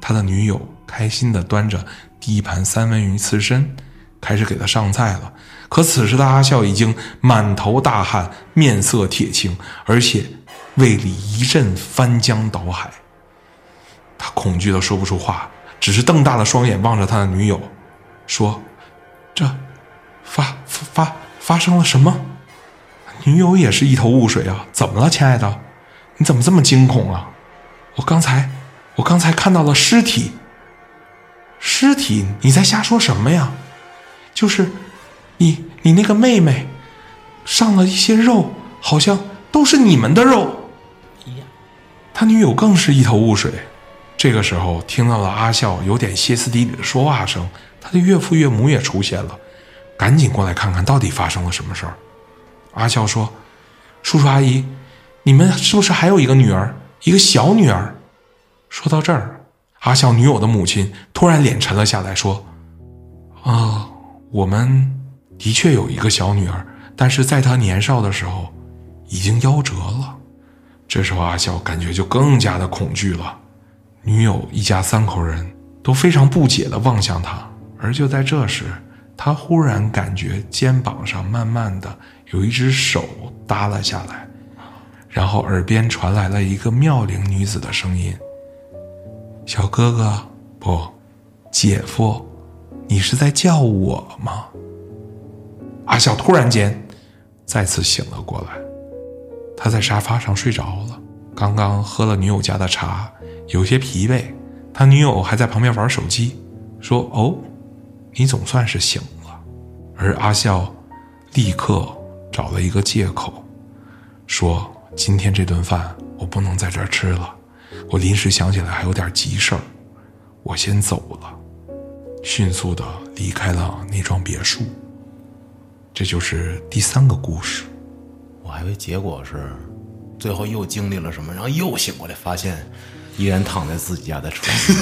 [SPEAKER 3] 他的女友开心地端着第一盘三文鱼刺身，开始给他上菜了。可此时的阿笑已经满头大汗，面色铁青，而且胃里一阵翻江倒海。他恐惧的说不出话，只是瞪大了双眼望着他的女友，说：“这发发发发生了什么？”女友也是一头雾水啊，怎么了，亲爱的？你怎么这么惊恐啊？我刚才，我刚才看到了尸体。尸体？你在瞎说什么呀？就是你，你那个妹妹上了一些肉，好像都是你们的肉。他女友更是一头雾水。这个时候，听到了阿笑有点歇斯底里的说话声，他的岳父岳母也出现了，赶紧过来看看到底发生了什么事儿。阿笑说：“叔叔阿姨，你们是不是还有一个女儿，一个小女儿？”说到这儿，阿笑女友的母亲突然脸沉了下来，说：“啊、我们的确有一个小女儿，但是在她年少的时候，已经夭折了。”这时候，阿笑感觉就更加的恐惧了。女友一家三口人都非常不解地望向他，而就在这时，他忽然感觉肩膀上慢慢的有一只手耷拉下来，然后耳边传来了一个妙龄女子的声音：“小哥哥，不，姐夫，你是在叫我吗？”阿笑突然间再次醒了过来，他在沙发上睡着了。刚刚喝了女友家的茶，有些疲惫。他女友还在旁边玩手机，说：“哦，你总算是醒了。”而阿笑立刻找了一个借口，说：“今天这顿饭我不能在这儿吃了，我临时想起来还有点急事儿，我先走了。”迅速的离开了那幢别墅。这就是第三个故事。
[SPEAKER 1] 我还以为结果是最后又经历了什么，然后又醒过来，发现依然躺在自己家的床上，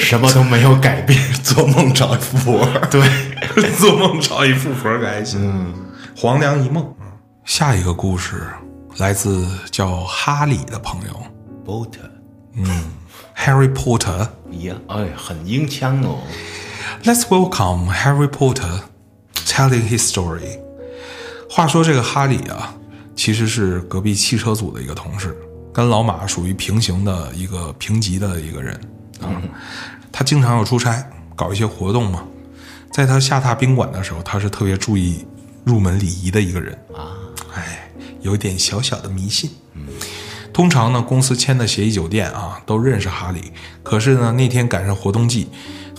[SPEAKER 1] 什么都没有改变。
[SPEAKER 2] 做梦找一富 婆，
[SPEAKER 3] 对，做梦找一富婆开心。嗯，黄粱一梦。下一个故事来自叫哈里的朋友
[SPEAKER 1] Boat
[SPEAKER 3] Harry Potter。
[SPEAKER 1] 一样，哎，很英腔哦。
[SPEAKER 3] Let's welcome Harry Potter telling his story。话说这个哈里啊，其实是隔壁汽车组的一个同事，跟老马属于平行的一个平级的一个人啊。他经常要出差，搞一些活动嘛。在他下榻宾馆的时候，他是特别注意入门礼仪的一个人啊。哎，有点小小的迷信。通常呢，公司签的协议酒店啊，都认识哈里。可是呢，那天赶上活动季，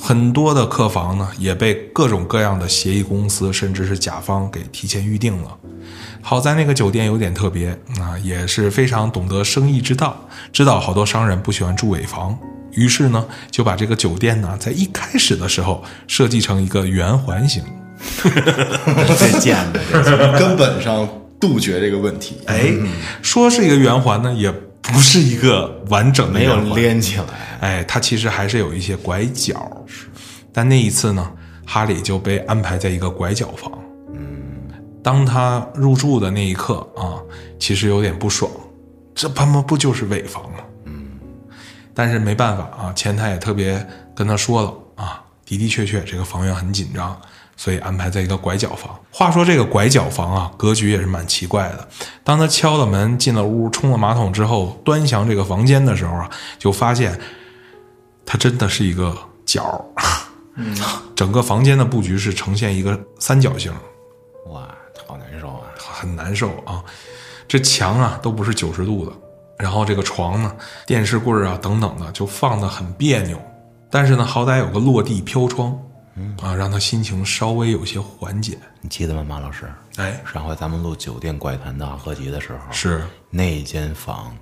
[SPEAKER 3] 很多的客房呢也被各种各样的协议公司甚至是甲方给提前预定了。好在那个酒店有点特别啊，也是非常懂得生意之道，知道好多商人不喜欢住尾房，于是呢就把这个酒店呢在一开始的时候设计成一个圆环形。
[SPEAKER 1] 再见了，
[SPEAKER 2] 根本上杜绝这个问题。
[SPEAKER 3] 哎，说是一个圆环呢，也不是一个完整的
[SPEAKER 1] 没
[SPEAKER 3] 圆
[SPEAKER 1] 有
[SPEAKER 3] 环，
[SPEAKER 1] 连起来。
[SPEAKER 3] 哎，它其实还是有一些拐角。但那一次呢，哈里就被安排在一个拐角房。嗯，当他入住的那一刻啊，其实有点不爽，这他妈不就是尾房吗？嗯，但是没办法啊，前台也特别跟他说了啊，的的确确这个房源很紧张。所以安排在一个拐角房。话说这个拐角房啊，格局也是蛮奇怪的。当他敲了门进了屋，冲了马桶之后，端详这个房间的时候啊，就发现它真的是一个角儿。 整个房间的布局是呈现一个三角形，
[SPEAKER 1] 哇，好难受啊！
[SPEAKER 3] 很难受啊。这墙啊都不是九十度的，然后这个床呢、电视柜啊等等的就放的很别扭。但是呢，好歹有个落地飘窗，啊，让他心情稍微有些缓解。
[SPEAKER 1] 你记得吗，马老师？
[SPEAKER 3] 哎，
[SPEAKER 1] 上回咱们录《酒店怪谈大合集》的时候，
[SPEAKER 3] 是
[SPEAKER 1] 那间房，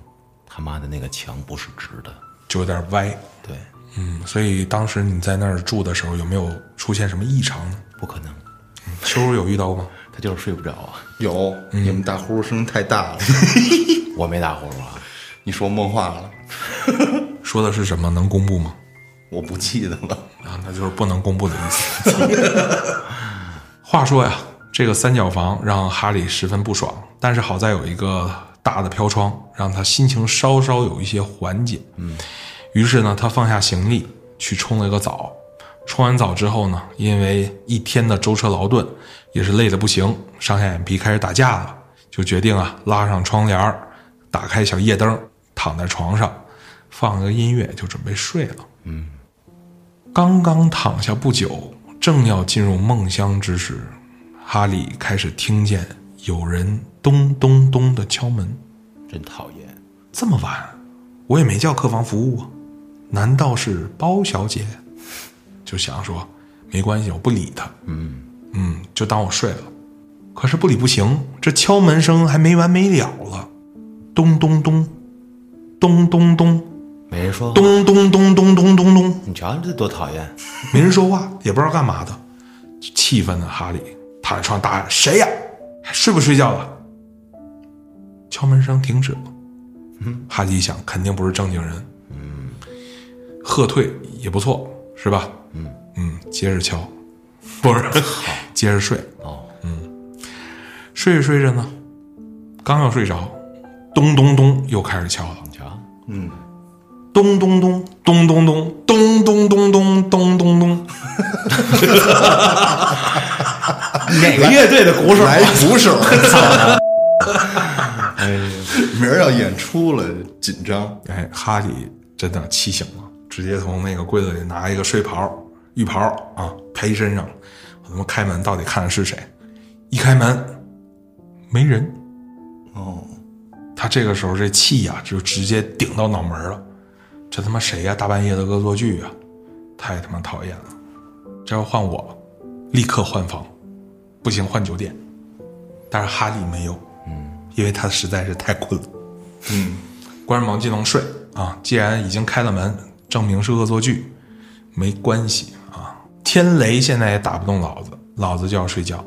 [SPEAKER 1] 他妈的那个墙不是直的，
[SPEAKER 3] 就有点歪。
[SPEAKER 1] 对，
[SPEAKER 3] 嗯，所以当时你在那儿住的时候有没有出现什么异常呢？
[SPEAKER 1] 不可能，
[SPEAKER 3] 秋儿有遇到过吗？
[SPEAKER 1] 他就是睡不着啊。
[SPEAKER 2] 有，你们打呼噜声太大了。
[SPEAKER 1] 我没打呼噜啊，
[SPEAKER 2] 你说梦话了，
[SPEAKER 3] 说的是什么？能公布吗？
[SPEAKER 2] 我不记得了。
[SPEAKER 3] 啊，那就是不能公布的意思。 话说呀，这个三角房让哈利十分不爽，但是好在有一个大的飘窗，让他心情稍稍有一些缓解。嗯，于是呢，他放下行李去冲了个澡。冲完澡之后呢，因为一天的舟车劳顿，也是累得不行，上下眼皮开始打架了，就决定啊，拉上窗帘儿，打开小夜灯，躺在床上，放个音乐就准备睡了。刚刚躺下不久，正要进入梦乡之时，哈利开始听见有人咚咚咚的敲门。
[SPEAKER 1] 真讨厌。
[SPEAKER 3] 这么晚，我也没叫客房服务啊，难道是包小姐？就想说没关系，我不理她，嗯嗯，就当我睡了。可是不理不行，这敲门声还没完没了了，咚咚咚，咚咚咚，
[SPEAKER 1] 没人说话，
[SPEAKER 3] 咚咚咚咚咚咚咚。
[SPEAKER 1] 你瞧这多讨厌！
[SPEAKER 3] 没人说话，也不知道干嘛的，气愤的哈利躺在床上大喊：“谁呀、还睡不睡觉了？”敲门声停止了。哈利一想，肯定不是正经人。嗯，喝退也不错，是吧？嗯接着敲， 不是，接着睡。
[SPEAKER 1] 哦，
[SPEAKER 3] 睡着睡着呢，刚要睡着，咚咚咚又开始敲了。
[SPEAKER 1] 你瞧，
[SPEAKER 3] 咚咚咚咚咚咚咚咚咚咚咚咚咚。
[SPEAKER 1] 哪个乐队的鼓手
[SPEAKER 2] 来鼓手， 哎明儿要演出了，紧张。
[SPEAKER 3] 哎，哈利真的气醒了，直接从那个柜子里拿一个睡袍、浴袍啊披身上。我他妈开门到底看的是谁？一开门，没人。哦，他这个时候这气呀、就直接顶到脑门儿了。这他妈谁呀、大半夜的恶作剧啊！太他妈讨厌了。这要换我，立刻换房，不行换酒店。但是哈利没有，嗯，因为他实在是太困了。
[SPEAKER 2] 嗯
[SPEAKER 3] 关上门就能睡啊。既然已经开了门，证明是恶作剧，没关系啊。天雷现在也打不动老子，老子就要睡觉。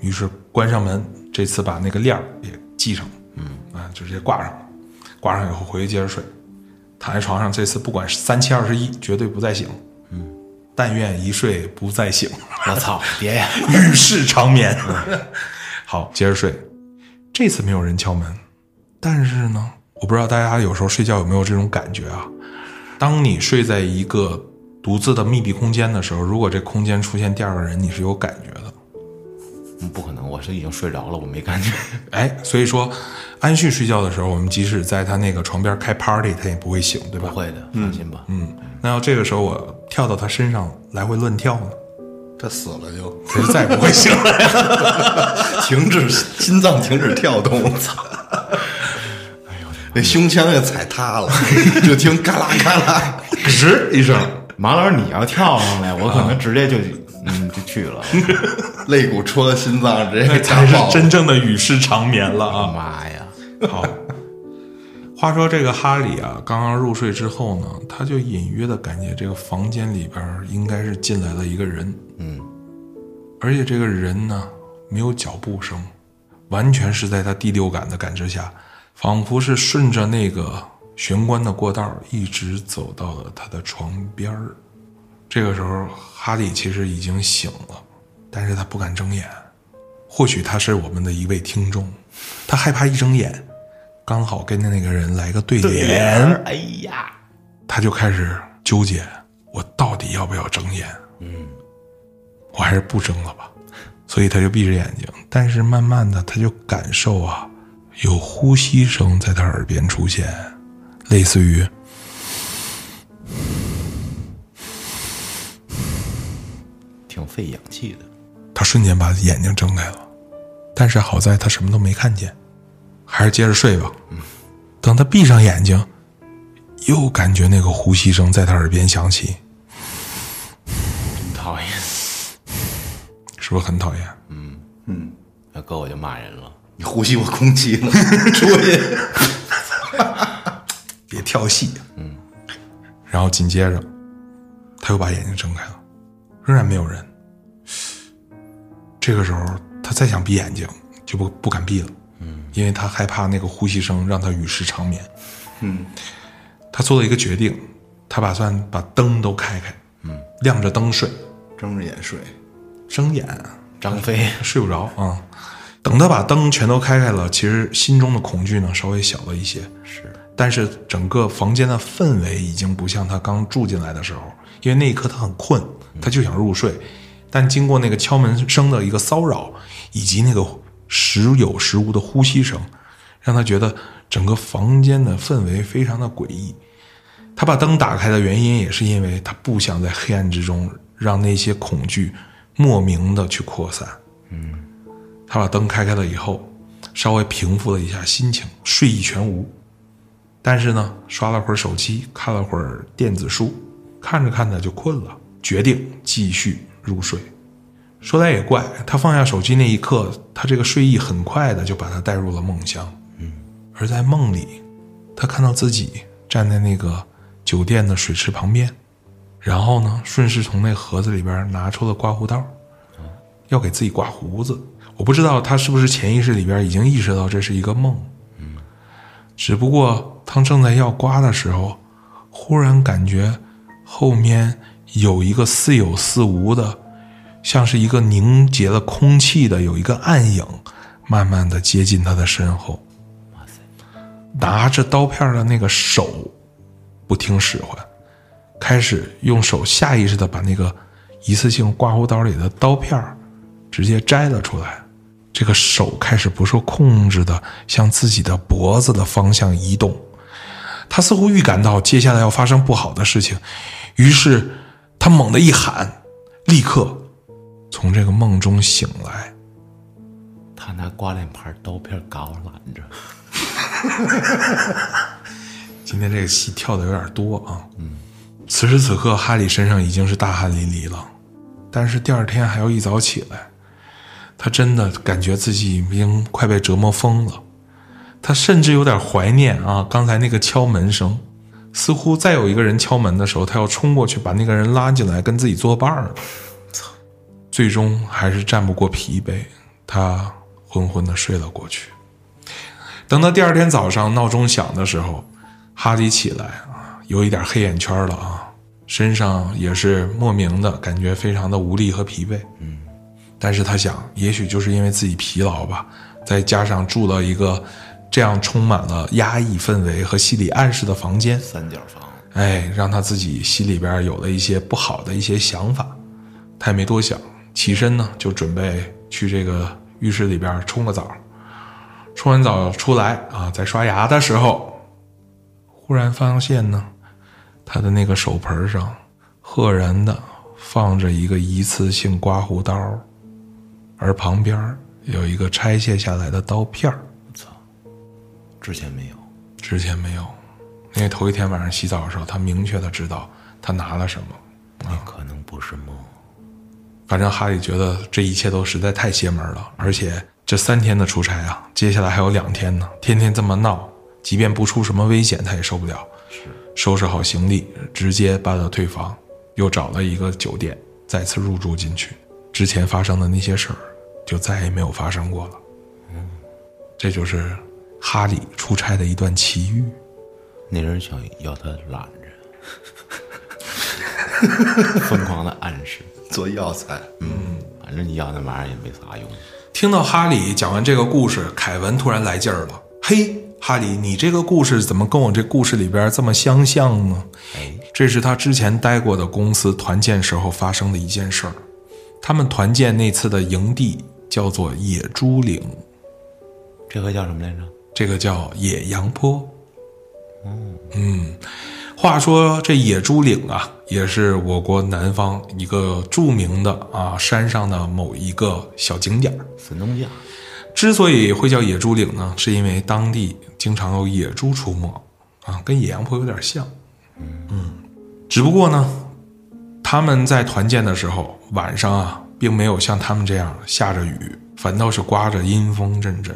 [SPEAKER 3] 于是关上门，这次把那个链儿也系上了，嗯啊，就直接挂上了。挂上以后回去接着睡，躺在床上，这次不管是三七二十一，绝对不再醒。嗯，但愿一睡不再醒。
[SPEAKER 1] 我操，别呀！
[SPEAKER 3] 与世长眠。 好，接着睡。这次没有人敲门，但是呢，我不知道大家有时候睡觉有没有这种感觉啊？当你睡在一个独自的密闭空间的时候，如果这空间出现第二个人，你是有感觉的。
[SPEAKER 1] 嗯不可能，我是已经睡着了，我没感觉。
[SPEAKER 3] 哎，所以说，安旭睡觉的时候，我们即使在他那个床边开 party，他也不会醒，对吧
[SPEAKER 1] 不？会的，放心吧。
[SPEAKER 3] 嗯，那要这个时候我跳到他身上来回乱跳呢，
[SPEAKER 2] 他死了就
[SPEAKER 3] 他就再也不会醒了。
[SPEAKER 2] 停止，心脏停止跳动。操！ 那胸腔也踩塌了，就听嘎啦嘎啦。
[SPEAKER 3] 吱 一声，
[SPEAKER 1] 马老师，你要跳上来，我可能直接就嗯就去 了。
[SPEAKER 2] 肋骨戳到心脏，直接
[SPEAKER 3] 那
[SPEAKER 2] 给
[SPEAKER 3] 才
[SPEAKER 2] 砸
[SPEAKER 3] 是
[SPEAKER 2] 爆了。
[SPEAKER 3] 真正的与世长眠了啊！
[SPEAKER 1] 妈呀！
[SPEAKER 3] 好，话说这个哈里啊，刚刚入睡之后呢，他就隐约的感觉这个房间里边儿应该是进来了一个人，嗯，而且这个人呢没有脚步声，完全是在他第六感的感知下，仿佛是顺着那个玄关的过道儿一直走到了他的床边儿。这个时候，哈利其实已经醒了，但是他不敢睁眼。或许他是我们的一位听众，他害怕一睁眼，刚好跟那个人来个对联，
[SPEAKER 1] 哎呀，
[SPEAKER 3] 他就开始纠结：我到底要不要睁眼？嗯，我还是不睁了吧。所以他就闭着眼睛，但是慢慢的他就感受啊，有呼吸声在他耳边出现，类似于
[SPEAKER 1] 挺费氧气的。
[SPEAKER 3] 他瞬间把眼睛睁开了，但是好在他什么都没看见，还是接着睡吧。等他闭上眼睛，又感觉那个呼吸声在他耳边响起，
[SPEAKER 1] 真讨厌。
[SPEAKER 3] 是不是很讨厌？
[SPEAKER 1] 那哥我就骂人了。
[SPEAKER 2] 你呼吸我空气了，出去。
[SPEAKER 3] 别跳戏。嗯。然后紧接着，他又把眼睛睁开了，仍然没有人。这个时候，他再想闭眼睛，就不不敢闭了，嗯，因为他害怕那个呼吸声让他与世长眠。嗯，他做了一个决定，他打算把灯都开开，嗯，亮着灯睡，
[SPEAKER 2] 睁着眼睡，
[SPEAKER 3] 睁眼啊
[SPEAKER 1] 张飞
[SPEAKER 3] 睡不着啊、等他把灯全都开开了，其实心中的恐惧呢稍微小了一些，
[SPEAKER 1] 是，
[SPEAKER 3] 但是整个房间的氛围已经不像他刚住进来的时候，因为那一刻他很困，他就想入睡，但经过那个敲门声的一个骚扰，以及那个时有时无的呼吸声，让他觉得整个房间的氛围非常的诡异。他把灯打开的原因也是因为他不想在黑暗之中让那些恐惧莫名的去扩散。嗯，他把灯开开了以后，稍微平复了一下心情，睡意全无。但是呢，刷了会儿手机，看了会儿电子书，看着看着就困了，决定继续入睡。说来也怪，他放下手机那一刻，他这个睡意很快的就把他带入了梦乡。嗯，而在梦里，他看到自己站在那个酒店的水池旁边，然后呢，顺势从那盒子里边拿出了刮胡刀，要给自己刮胡子。我不知道他是不是潜意识里边已经意识到这是一个梦，只不过他正在要刮的时候，忽然感觉后面有一个似有似无的，像是一个凝结了空气的，有一个暗影，慢慢的接近他的身后。拿着刀片的那个手不听使唤，开始用手下意识的把那个一次性刮胡刀里的刀片儿直接摘了出来。这个手开始不受控制的向自己的脖子的方向移动，他似乎预感到接下来要发生不好的事情，于是他猛地一喊，立刻从这个梦中醒来。
[SPEAKER 1] 他拿刮脸盘刀片嘎我拦着，
[SPEAKER 3] 今天这个戏跳的有点多啊。嗯，此时此刻，哈利身上已经是大汗淋漓了，但是第二天还要一早起来，他真的感觉自己已经快被折磨疯了。他甚至有点怀念啊，刚才那个敲门声，似乎再有一个人敲门的时候，他要冲过去把那个人拉进来，跟自己作伴儿。最终还是战不过疲惫，他昏昏的睡了过去。等到第二天早上闹钟响的时候，哈迪起来啊，有一点黑眼圈了啊，身上也是莫名的感觉非常的无力和疲惫。嗯，但是他想，也许就是因为自己疲劳吧，再加上住了一个这样充满了压抑氛围和心理暗示的房间，
[SPEAKER 1] 三角房，
[SPEAKER 3] 哎，让他自己心里边有了一些不好的一些想法，他也没多想，起身呢就准备去这个浴室里边冲个澡，冲完澡出来啊，在刷牙的时候，忽然发现呢，他的那个手盆上赫然的放着一个一次性刮胡刀，而旁边有一个拆卸下来的刀片儿
[SPEAKER 1] 之前没有，
[SPEAKER 3] 之前没有，因为头一天晚上洗澡的时候，他明确的知道他拿了什么。
[SPEAKER 1] 那可能不是梦。
[SPEAKER 3] 反正哈利觉得这一切都实在太邪门了，而且这三天的出差啊，接下来还有两天呢，天天这么闹，即便不出什么危险，他也受不了。收拾好行李，直接搬到退房，又找了一个酒店，再次入住进去。之前发生的那些事儿，就再也没有发生过了。这就是哈利出差的一段奇遇。
[SPEAKER 1] 那人想要他拦 着，疯狂的暗示，
[SPEAKER 2] 做药材。
[SPEAKER 1] 反正你要那玩意儿也没啥用。
[SPEAKER 3] 听到哈里讲完这个故事，凯文突然来劲儿了。嘿，哈里，你这个故事怎么跟我这故事里边这么相像呢？
[SPEAKER 1] 哎，
[SPEAKER 3] 这是他之前待过的公司团建时候发生的一件事儿。他们团建那次的营地叫做野猪岭，
[SPEAKER 1] 这回叫什么来着？
[SPEAKER 3] 这个叫野羊坡。嗯，话说这野猪岭啊，也是我国南方一个著名的啊山上的某一个小景点儿。
[SPEAKER 1] 神农架。
[SPEAKER 3] 之所以会叫野猪岭呢，是因为当地经常有野猪出没啊，跟野羊坡有点像。嗯，只不过呢，他们在团建的时候晚上啊，并没有像他们这样下着雨，反倒是刮着阴风阵阵。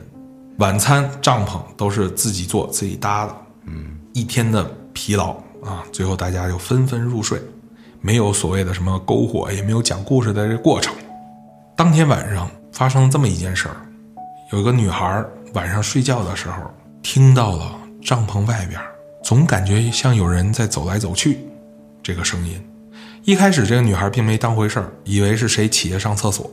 [SPEAKER 3] 晚餐帐篷都是自己做自己搭的，嗯，一天的疲劳啊，最后大家就纷纷入睡，没有所谓的什么篝火，也没有讲故事的这过程。当天晚上发生了这么一件事儿，有一个女孩儿晚上睡觉的时候听到了帐篷外边儿总感觉像有人在走来走去这个声音。一开始这个女孩并没当回事儿，以为是谁起夜上厕所。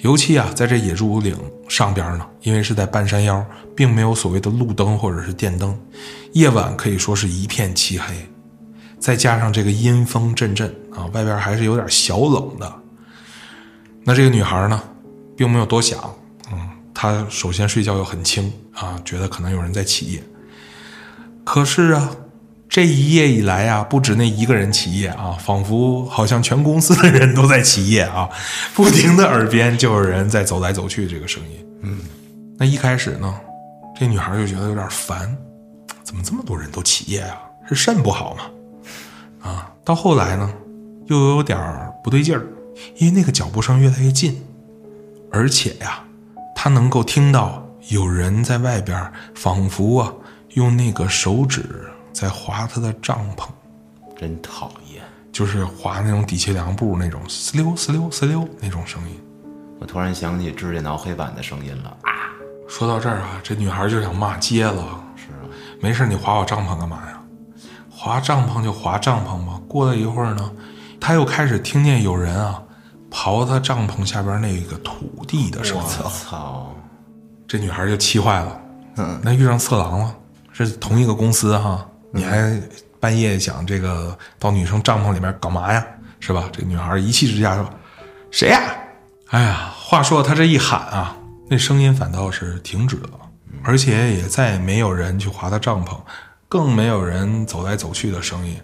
[SPEAKER 3] 尤其啊，在这野猪岭上边呢，因为是啊在半山腰，并没有所谓的路灯或者是电灯，夜晚可以说是一片漆黑。再加上这个阴风阵阵啊，外边还是有点小冷的。那这个女孩呢，并没有多想，嗯，她首先睡觉又很轻啊，觉得可能有人在起夜。可是啊，这一夜以来啊，不止那一个人起夜啊，仿佛好像全公司的人都在起夜啊，不停的耳边就有人在走来走去这个声音。嗯，那一开始呢，这女孩就觉得有点烦，怎么这么多人都起夜啊？是肾不好吗？啊，到后来呢，又有点儿不对劲儿，因为那个脚步声越来越近，而且呀、他能够听到有人在外边儿，仿佛啊用那个手指在划他的帐篷，
[SPEAKER 1] 真讨厌！
[SPEAKER 3] 就是划那种底气凉布那种撕溜撕溜撕溜那种声音。
[SPEAKER 1] 我突然想起指甲挠黑板的声音了。
[SPEAKER 3] 说到这儿啊，这女孩就想骂街了。是啊，没事，你划我帐篷干嘛呀？划帐篷就划帐篷吧。过了一会儿呢，她又开始听见有人啊刨她帐篷下边那个土地的声音。
[SPEAKER 1] 操！
[SPEAKER 3] 这女孩就气坏了。嗯，那遇上色狼了，是同一个公司哈，你还半夜想这个到女生帐篷里面搞嘛呀？是吧？这女孩一气之下说：“谁呀、哎呀，话说她这一喊啊，那声音反倒是停止了，而且也再也没有人去划她帐篷，更没有人走来走去的声音。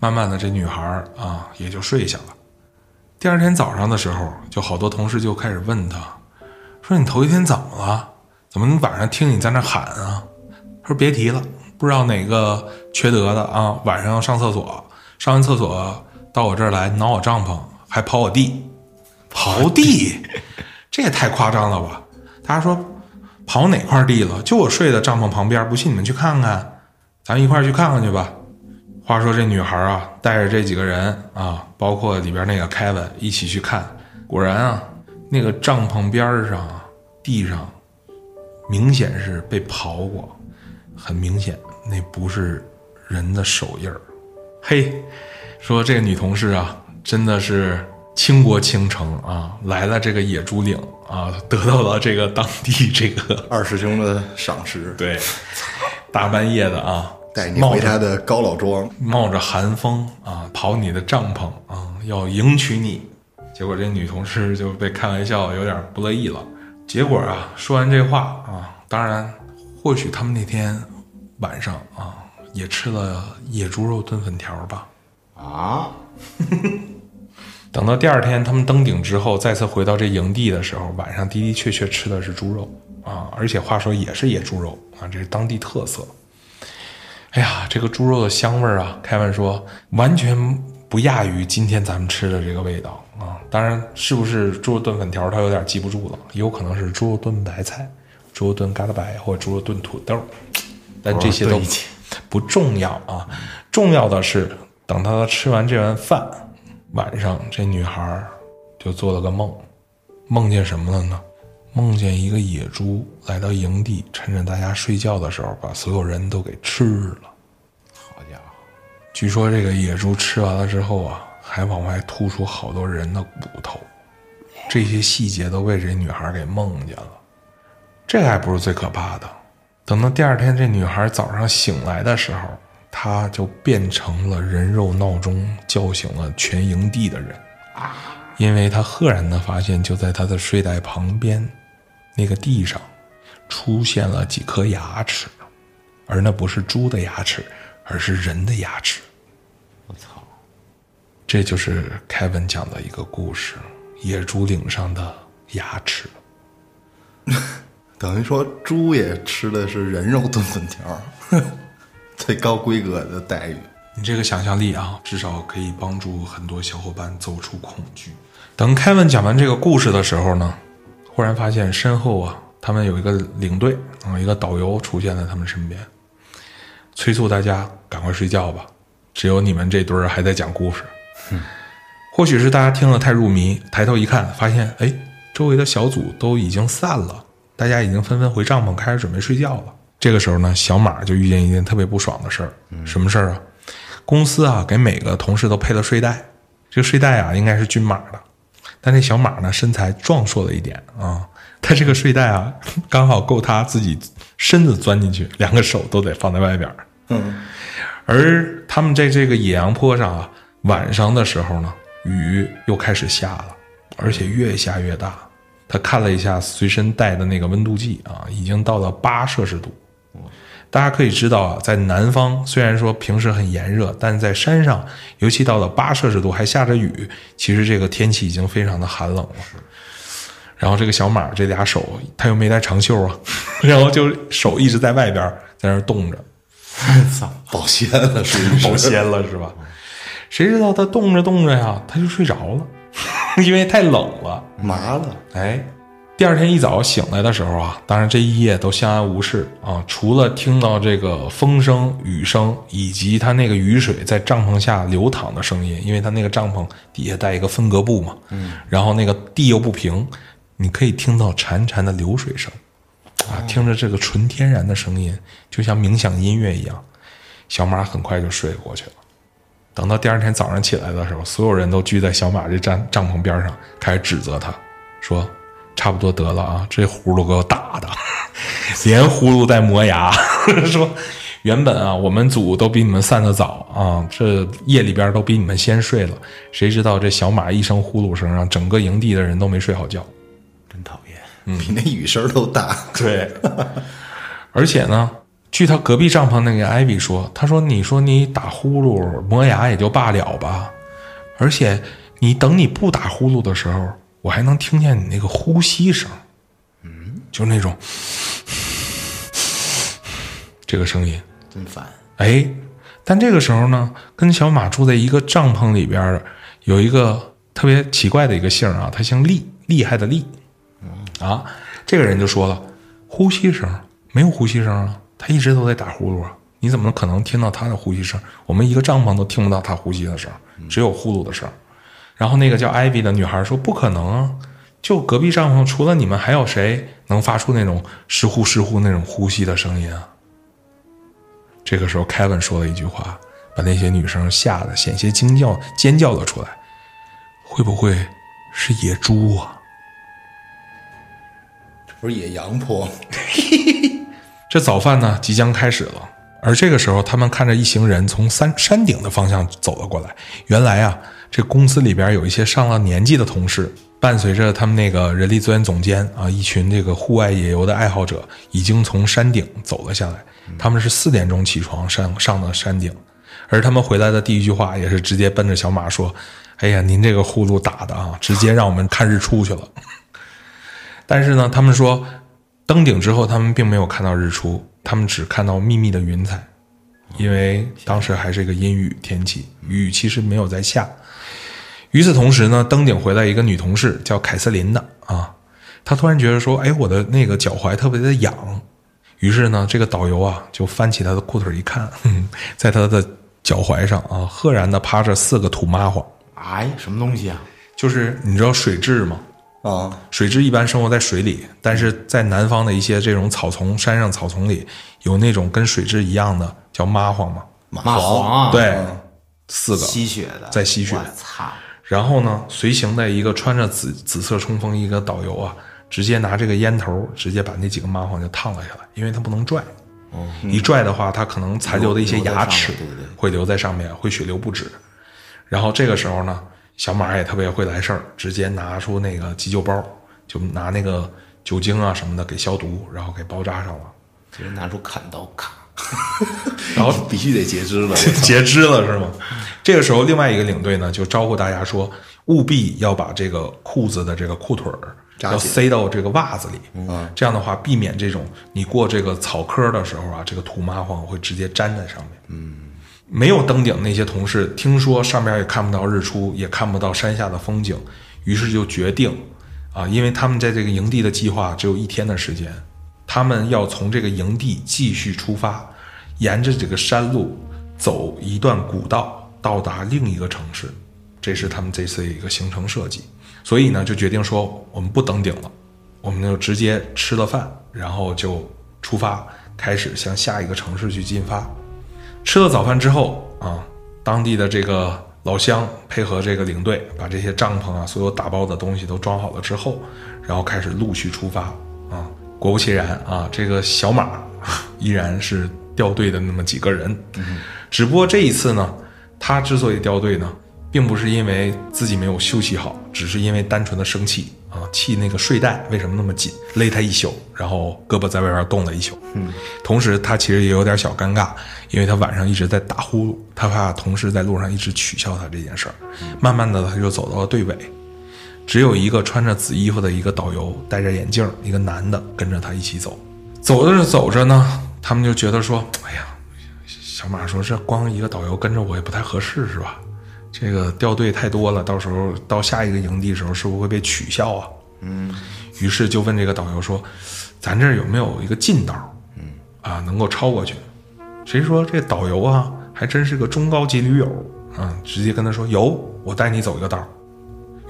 [SPEAKER 3] 慢慢的，这女孩啊也就睡下了。第二天早上的时候，就好多同事就开始问她，说你头一天怎么了？怎么晚上听你在那喊啊？他说别提了，不知道哪个缺德的啊，晚上要上厕所，上完厕所到我这儿来挠我帐篷，还刨我地，刨地，这也太夸张了吧？他说刨哪块地了？就我睡的帐篷旁边，不信你们去看看，咱们一块儿去看看去吧。话说这女孩啊，带着这几个人啊，包括里边那个凯文一起去看，果然啊，那个帐篷边儿上啊地上明显是被刨过，很明显那不是人的手印儿。嘿，说这个女同事啊，真的是倾国倾城啊，来了这个野猪岭啊，得到了这个当地这个
[SPEAKER 2] 二师兄的赏识，
[SPEAKER 3] 对大半夜的啊，
[SPEAKER 2] 带你
[SPEAKER 3] 冒
[SPEAKER 2] 回
[SPEAKER 3] 着
[SPEAKER 2] 他的高老庄。
[SPEAKER 3] 冒着寒风啊，跑你的帐篷啊，要迎娶你。结果这女同事就被开玩笑，有点不乐意了。结果啊，说完这话啊，当然，或许他们那天晚上啊，也吃了野猪肉炖粉条吧。
[SPEAKER 1] 啊，
[SPEAKER 3] 等到第二天他们登顶之后，再次回到这营地的时候，晚上的的确确吃的是猪肉啊，而且话说也是野猪肉啊，这是当地特色。哎呀，这个猪肉的香味儿啊，凯文说完全不亚于今天咱们吃的这个味道啊。当然，是不是猪肉炖粉条，他有点记不住了，有可能是猪肉炖白菜、猪肉炖嘎达白或者猪肉炖土豆，但这些都不重要啊。重要的是，等他吃完这碗饭，晚上这女孩儿就做了个梦，梦见什么了呢？梦见一个野猪来到营地，趁着大家睡觉的时候，把所有人都给吃了。
[SPEAKER 1] 好家伙，
[SPEAKER 3] 据说这个野猪吃完了之后啊，还往外吐出好多人的骨头，这些细节都被这女孩给梦见了。这还不是最可怕的，等到第二天这女孩早上醒来的时候，她就变成了人肉闹钟，叫醒了全营地的人。因为她赫然的发现，就在她的睡袋旁边那个地上，出现了几颗牙齿。而那不是猪的牙齿，而是人的牙齿。
[SPEAKER 1] 我 操！
[SPEAKER 3] 这就是凯文讲的一个故事：野猪岭上的牙齿。
[SPEAKER 2] 等于说猪也吃的是人肉炖粉条， 最高规格的待遇。
[SPEAKER 3] 你这个想象力啊，至少可以帮助很多小伙伴走出恐惧。等凯文讲完这个故事的时候呢，忽然发现身后啊，他们有一个领队啊，一个导游出现在他们身边，催促大家赶快睡觉吧，只有你们这堆儿还在讲故事。或许是大家听了太入迷，抬头一看，发现哎，周围的小组都已经散了，大家已经纷纷回帐篷，开始准备睡觉了。这个时候呢，小马就遇见一件特别不爽的事儿，什么事儿啊？公司啊，给每个同事都配了睡袋，这个睡袋啊，应该是均码的，但这小马呢，身材壮硕了一点啊，他这个睡袋啊，刚好够他自己身子钻进去，两个手都得放在外边儿。而他们在这个野羊坡上啊，晚上的时候呢，雨又开始下了，而且越下越大。他看了一下随身带的那个温度计啊，已经到了八摄氏度。大家可以知道啊，在南方虽然说平时很炎热，但在山上，尤其到了八摄氏度还下着雨，其实这个天气已经非常的寒冷了。然后这个小马这俩手，他又没带长袖啊，然后就手一直在外边儿在那儿冻着，
[SPEAKER 2] 保鲜了属于是
[SPEAKER 3] 保鲜了是吧？谁知道他冻着冻着呀，他就睡着了， 因为太冷了。
[SPEAKER 2] 麻了，
[SPEAKER 3] 哎，第二天一早醒来的时候啊，当然这一夜都相安无事啊，除了听到这个风声、雨声以及他那个雨水在帐篷下流淌的声音，因为他那个帐篷底下带一个分隔布嘛，嗯，然后那个地又不平，你可以听到潺潺的流水声，啊，听着这个纯天然的声音，就像冥想音乐一样，小马很快就睡过去了。等到第二天早上起来的时候，所有人都聚在小马这帐帐篷边上，开始指责他，说：“差不多得了啊，这葫芦给我打的， 连葫芦带磨牙。” 说：“原本啊，我们组都比你们散的早啊，这夜里边都比你们先睡了。谁知道这小马一声呼噜声，让整个营地的人都没睡好觉。”
[SPEAKER 1] 真讨厌。
[SPEAKER 3] 嗯
[SPEAKER 2] 比那雨声都大。
[SPEAKER 3] 对，而且呢，据他隔壁帐篷那个艾比说，他说：“你说你打呼噜磨牙也就罢了吧，而且你等你不打呼噜的时候，我还能听见你那个呼吸声，嗯，就那种 这个声音，
[SPEAKER 1] 真烦。
[SPEAKER 3] 哎，但这个时候呢，跟小马住在一个帐篷里边儿，有一个特别奇怪的一个姓儿啊，他姓厉，厉害的厉。啊，这个人就说了，呼吸声没有呼吸声啊，他一直都在打呼噜啊，你怎么可能听到他的呼吸声？我们一个帐篷都听不到他呼吸的声，只有呼噜的声。然后那个叫艾比的女孩说：“不可能啊，就隔壁帐篷除了你们还有谁能发出那种时呼时呼那种呼吸的声音啊？”这个时候，凯文说了一句话，把那些女生吓得险些惊叫尖叫了出来。会不会是野猪啊？
[SPEAKER 2] 这不是野羊坡吗？
[SPEAKER 3] 这早饭呢即将开始了，而这个时候，他们看着一行人从山山顶的方向走了过来。原来啊，这公司里边有一些上了年纪的同事，伴随着他们那个人力资源总监啊，一群这个户外野游的爱好者，已经从山顶走了下来。他们是四点钟起床上上的山顶，而他们回来的第一句话也是直接奔着小马说：“哎呀，您这个呼噜打的啊，直接让我们看日出去了。”但是呢，他们说登顶之后，他们并没有看到日出，他们只看到密密的云彩，因为当时还是一个阴雨天气，雨其实没有在下。与此同时呢，登顶回来一个女同事叫凯瑟琳的啊，她突然觉得说，哎，我的那个脚踝特别的痒。于是呢，这个导游啊就翻起她的裤腿一看， 哼在她的脚踝上啊，赫然的趴着四个土麻花，
[SPEAKER 1] 哎，什么东西啊？
[SPEAKER 3] 就是你知道水蛭吗？
[SPEAKER 2] 啊，
[SPEAKER 3] 水蛭一般生活在水里，但是在南方的一些这种草丛、山上草丛里，有那种跟水蛭一样的叫麻黄嘛，
[SPEAKER 1] 蚂蟥啊，，
[SPEAKER 3] 对，四个。
[SPEAKER 1] 吸血的，
[SPEAKER 3] 在吸血
[SPEAKER 1] 我操！
[SPEAKER 3] 然后呢，随行的一个穿着紫紫色冲锋衣的导游啊，直接拿这个烟头，直接把那几个麻黄就烫了下来，因为他不能拽。一拽的话，它可能残留的一些牙齿
[SPEAKER 1] 留在上面对对
[SPEAKER 3] 会留在上面，会血流不止。然后这个时候呢，小马也特别会来事儿，直接拿出那个急救包，就拿那个酒精啊什么的给消毒，然后给包扎上了。
[SPEAKER 1] 直接拿出砍刀，咔！
[SPEAKER 3] 然后
[SPEAKER 2] 必须得截肢了。我
[SPEAKER 3] 截肢了是吗？这个时候，另外一个领队呢就招呼大家说，务必要把这个裤子的这个裤腿儿
[SPEAKER 2] 扎
[SPEAKER 3] 要
[SPEAKER 2] 紧嗯
[SPEAKER 3] 塞到这个袜子里，这样的话避免这种你过这个草坑的时候啊，这个土麻黄会直接粘在上面。嗯，没有登顶那些同事听说上面也看不到日出，也看不到山下的风景，于是就决定啊，因为他们在这个营地的计划只有一天的时间，他们要从这个营地继续出发，沿着这个山路走一段古道，到达另一个城市。这是他们这次的一个行程设计。所以呢，就决定说我们不登顶了，我们就直接吃了饭，然后就出发，开始向下一个城市去进发。吃了早饭之后啊，当地的这个老乡配合这个领队，把这些帐篷啊，所有打包的东西都装好了之后，然后开始陆续出发啊。果不其然啊，这个小马依然是掉队的那么几个人，只不过这一次呢，他之所以掉队呢，并不是因为自己没有休息好，只是因为单纯的生气啊，气那个睡袋为什么那么紧，勒他一宿，然后胳膊在外边冻了一宿。嗯，同时他其实也有点小尴尬，因为他晚上一直在打呼噜，他怕同事在路上一直取笑他这件事儿。慢慢的，他就走到了队尾，只有一个穿着紫衣服的一个导游，戴着眼镜儿，一个男的跟着他一起走。走着走着呢，他们就觉得说：“哎呀，小马说这光一个导游跟着我也不太合适，是吧？这个掉队太多了，到时候到下一个营地的时候是不是会被取笑啊？”嗯，于是就问这个导游说：“咱这儿有没有一个近道？嗯，啊，能够超过去？”谁说这导游啊，还真是个中高级驴友啊，直接跟他说：“有，我带你走一个道儿。”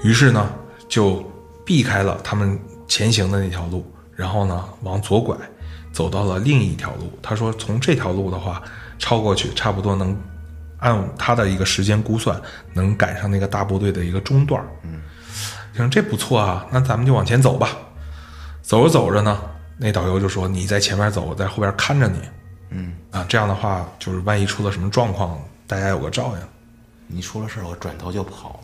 [SPEAKER 3] 于是呢，就避开了他们前行的那条路，然后呢，往左拐，走到了另一条路。他说，从这条路的话，超过去差不多能按他的一个时间估算，能赶上那个大部队的一个中段。嗯，行，这不错啊，那咱们就往前走吧。走着走着呢，那导游就说：“你在前面走，我在后边看着你。”嗯，啊，这样的话，就是万一出了什么状况，大家有个照应。
[SPEAKER 1] 你出了事儿，我转头就跑。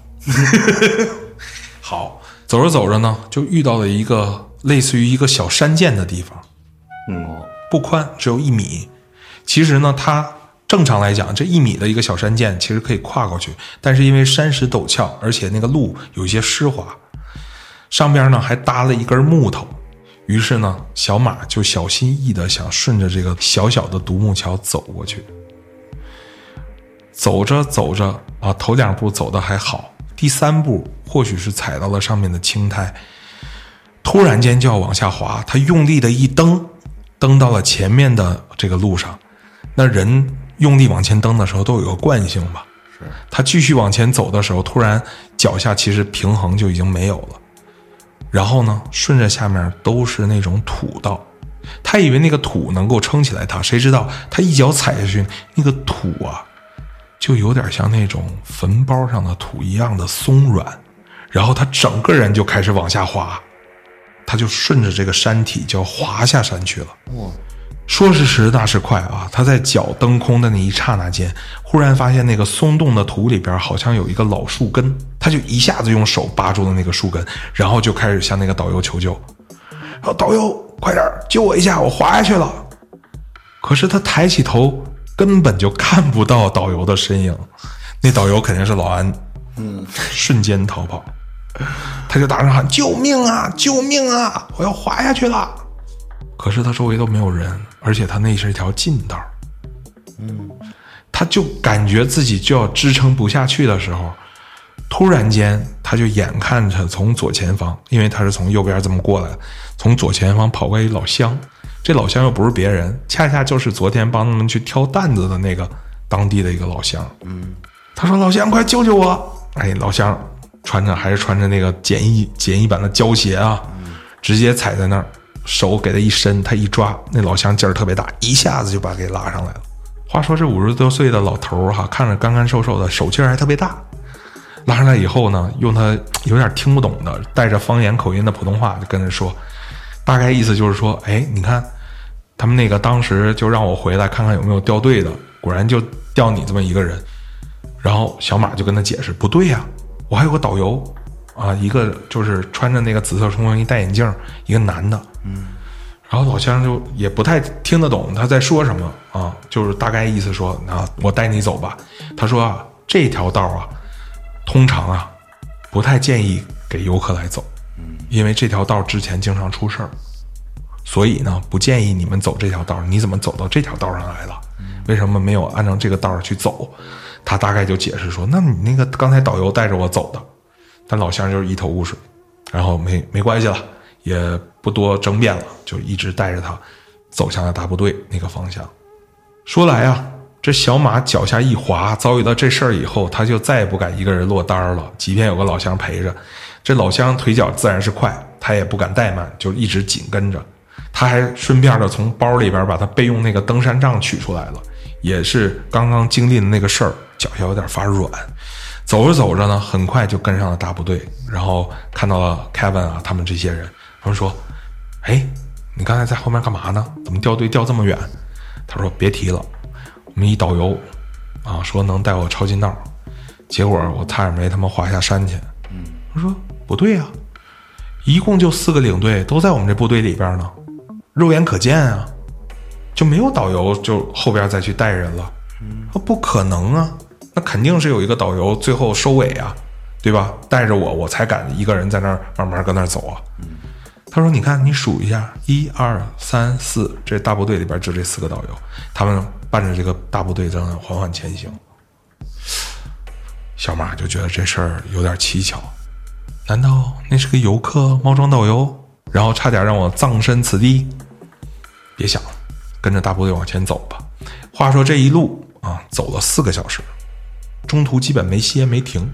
[SPEAKER 3] 好，走着走着呢，就遇到了一个类似于一个小山涧的地方，
[SPEAKER 1] 哦
[SPEAKER 2] 嗯，
[SPEAKER 3] 不宽，只有一米。其实呢，它正常来讲，这一米的一个小山涧其实可以跨过去，但是因为山石陡峭，而且那个路有一些湿滑，上边呢还搭了一根木头。于是呢，小马就小心翼翼地想顺着这个小小的独木桥走过去。走着走着啊，头两步走的还好，第三步或许是踩到了上面的青苔，突然间就要往下滑，他用力的一蹬，蹬到了前面的这个路上。那人用力往前蹬的时候都有个惯性吧？是。他继续往前走的时候，突然脚下其实平衡就已经没有了。然后呢，顺着下面都是那种土道，他以为那个土能够撑起来他，谁知道他一脚踩下去，那个土啊，就有点像那种坟包上的土一样的松软，然后他整个人就开始往下滑，他就顺着这个山体就要滑下山去了。说时迟，那时快啊！他在脚蹬空的那一刹那间，忽然发现那个松动的土里边好像有一个老树根，他就一下子用手扒住了那个树根，然后就开始向那个导游求救：“啊，导游，快点儿救我一下，我滑下去了！”可是他抬起头，根本就看不到导游的身影。那导游肯定是老安，嗯，瞬间逃跑。他就大声喊：“救命啊！救命啊！我要滑下去了！”可是他周围都没有人，而且他那是一条近道。嗯，他就感觉自己就要支撑不下去的时候，突然间他就眼看着从左前方，因为他是从右边这么过来的，从左前方跑过一老乡。这老乡又不是别人，恰恰就是昨天帮他们去挑担子的那个当地的一个老乡。他说：“老乡，快救救我！”哎，老乡穿着还是穿着那个简易简易版的胶鞋啊，直接踩在那儿，手给他一伸，他一抓，那老乡劲儿特别大，一下子就把他给拉上来了。话说这五十多岁的老头儿哈，看着干干瘦瘦的，手劲儿还特别大。拉上来以后呢，用他有点听不懂的带着方言口音的普通话就跟他说，大概意思就是说，哎，你看他们那个当时就让我回来看看有没有掉队的，果然就掉你这么一个人。然后小马就跟他解释：“不对呀、我还有个导游啊，一个就是穿着那个紫色冲锋衣、戴眼镜儿，一个男的。”嗯，然后老乡就也不太听得懂他在说什么啊，就是大概意思说：“啊，我带你走吧。”他说：“啊，这条道啊，通常啊，不太建议给游客来走，因为这条道之前经常出事儿。”所以呢，不建议你们走这条道儿。你怎么走到这条道上来了？为什么没有按照这个道儿去走？他大概就解释说：“那你那个刚才导游带着我走的。”但老乡就是一头雾水，然后没没关系了，也不多争辩了，就一直带着他走向了大部队那个方向。说来啊，这小马脚下一滑，遭遇到这事儿以后，他就再也不敢一个人落单儿了。即便有个老乡陪着，这老乡腿脚自然是快，他也不敢怠慢，就一直紧跟着。他还顺便的从包里边把他备用那个登山杖取出来了，也是刚刚经历的那个事儿，脚下有点发软。走着走着呢，很快就跟上了大部队，然后看到了 Kevin 啊，他们这些人，他们说：“哎，你刚才在后面干嘛呢？怎么掉队掉这么远？”他说：“别提了，我们一导游啊说能带我抄近道，结果我差点没他妈滑下山去。”嗯，他说：“不对呀、一共就四个领队都在我们这部队里边呢，肉眼可见啊，就没有导游就后边再去带人了。他说不可能啊，那肯定是有一个导游最后收尾啊，对吧？带着我，我才敢一个人在那儿慢慢跟那儿走啊。他说：“你看，你数一下，一二三四，这大部队里边就这四个导游，他们伴着这个大部队在那缓缓前行。”小马就觉得这事儿有点蹊跷，难道那是个游客冒装导游，然后差点让我葬身此地？别想了，跟着大部队往前走吧。话说这一路啊，走了四个小时，中途基本没歇没停，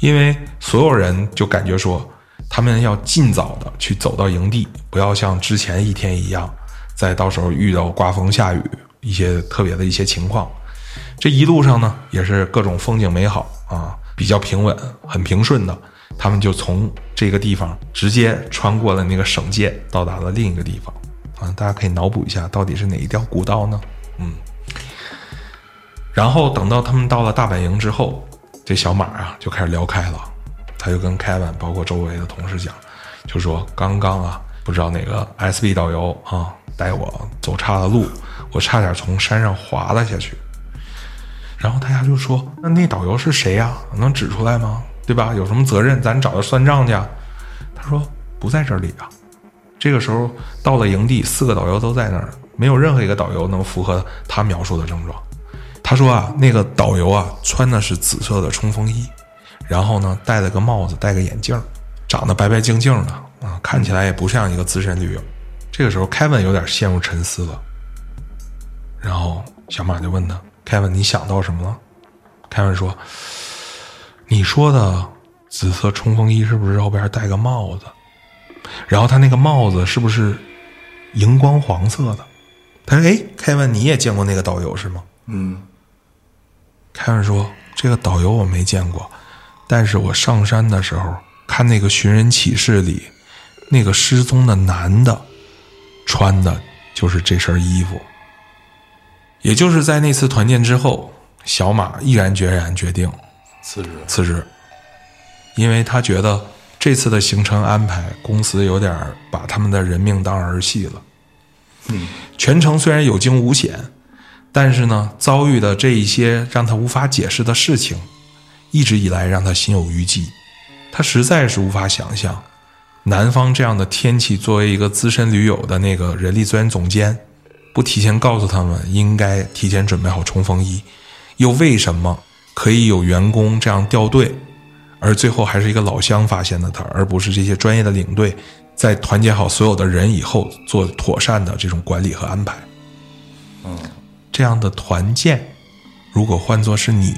[SPEAKER 3] 因为所有人就感觉说，他们要尽早的去走到营地，不要像之前一天一样，再到时候遇到刮风下雨一些特别的一些情况。这一路上呢，也是各种风景美好啊，比较平稳，很平顺的。他们就从这个地方直接穿过了那个省界，到达了另一个地方啊。大家可以脑补一下，到底是哪一条古道呢？嗯然后等到他们到了大本营之后，这小马啊就开始聊开了，他就跟凯文包括周围的同事讲，就说刚刚啊，不知道哪个 SB 导游啊带我走岔了路，我差点从山上滑了下去。然后大家就说：“那那导游是谁呀、能指出来吗？对吧？有什么责任？咱找他算账去。”啊他说：“不在这里啊。”这个时候到了营地，四个导游都在那儿，没有任何一个导游能符合他描述的症状。他说啊，那个导游啊，穿的是紫色的冲锋衣，然后呢，戴了个帽子，戴个眼镜儿，长得白白净净的啊，看起来也不像一个资深驴友。这个时候，凯文有点陷入沉思了。然后小马就问他：“凯文，你想到什么了？”凯文说：“你说的紫色冲锋衣是不是后边戴个帽子？然后他那个帽子是不是荧光黄色的？”他说：“哎，凯文，你也见过那个导游是吗？”凯文说：“这个导游我没见过，但是我上山的时候看那个寻人启事里，那个失踪的男的穿的就是这身衣服。也就是在那次团建之后，小马毅然决然决定
[SPEAKER 2] 辞职。
[SPEAKER 3] 辞职，因为他觉得这次的行程安排，公司有点儿把他们的人命当儿戏了。嗯，全程虽然有惊无险，但是呢，遭遇的这一些让他无法解释的事情，一直以来让他心有余悸。他实在是无法想象，南方这样的天气，作为一个资深驴友的那个人力资源总监，不提前告诉他们应该提前准备好冲锋衣，又为什么可以有员工这样掉队，而最后还是一个老乡发现的他，而不是这些专业的领队在团结好所有的人以后做妥善的这种管理和安排。嗯这样的团建，如果换作是你，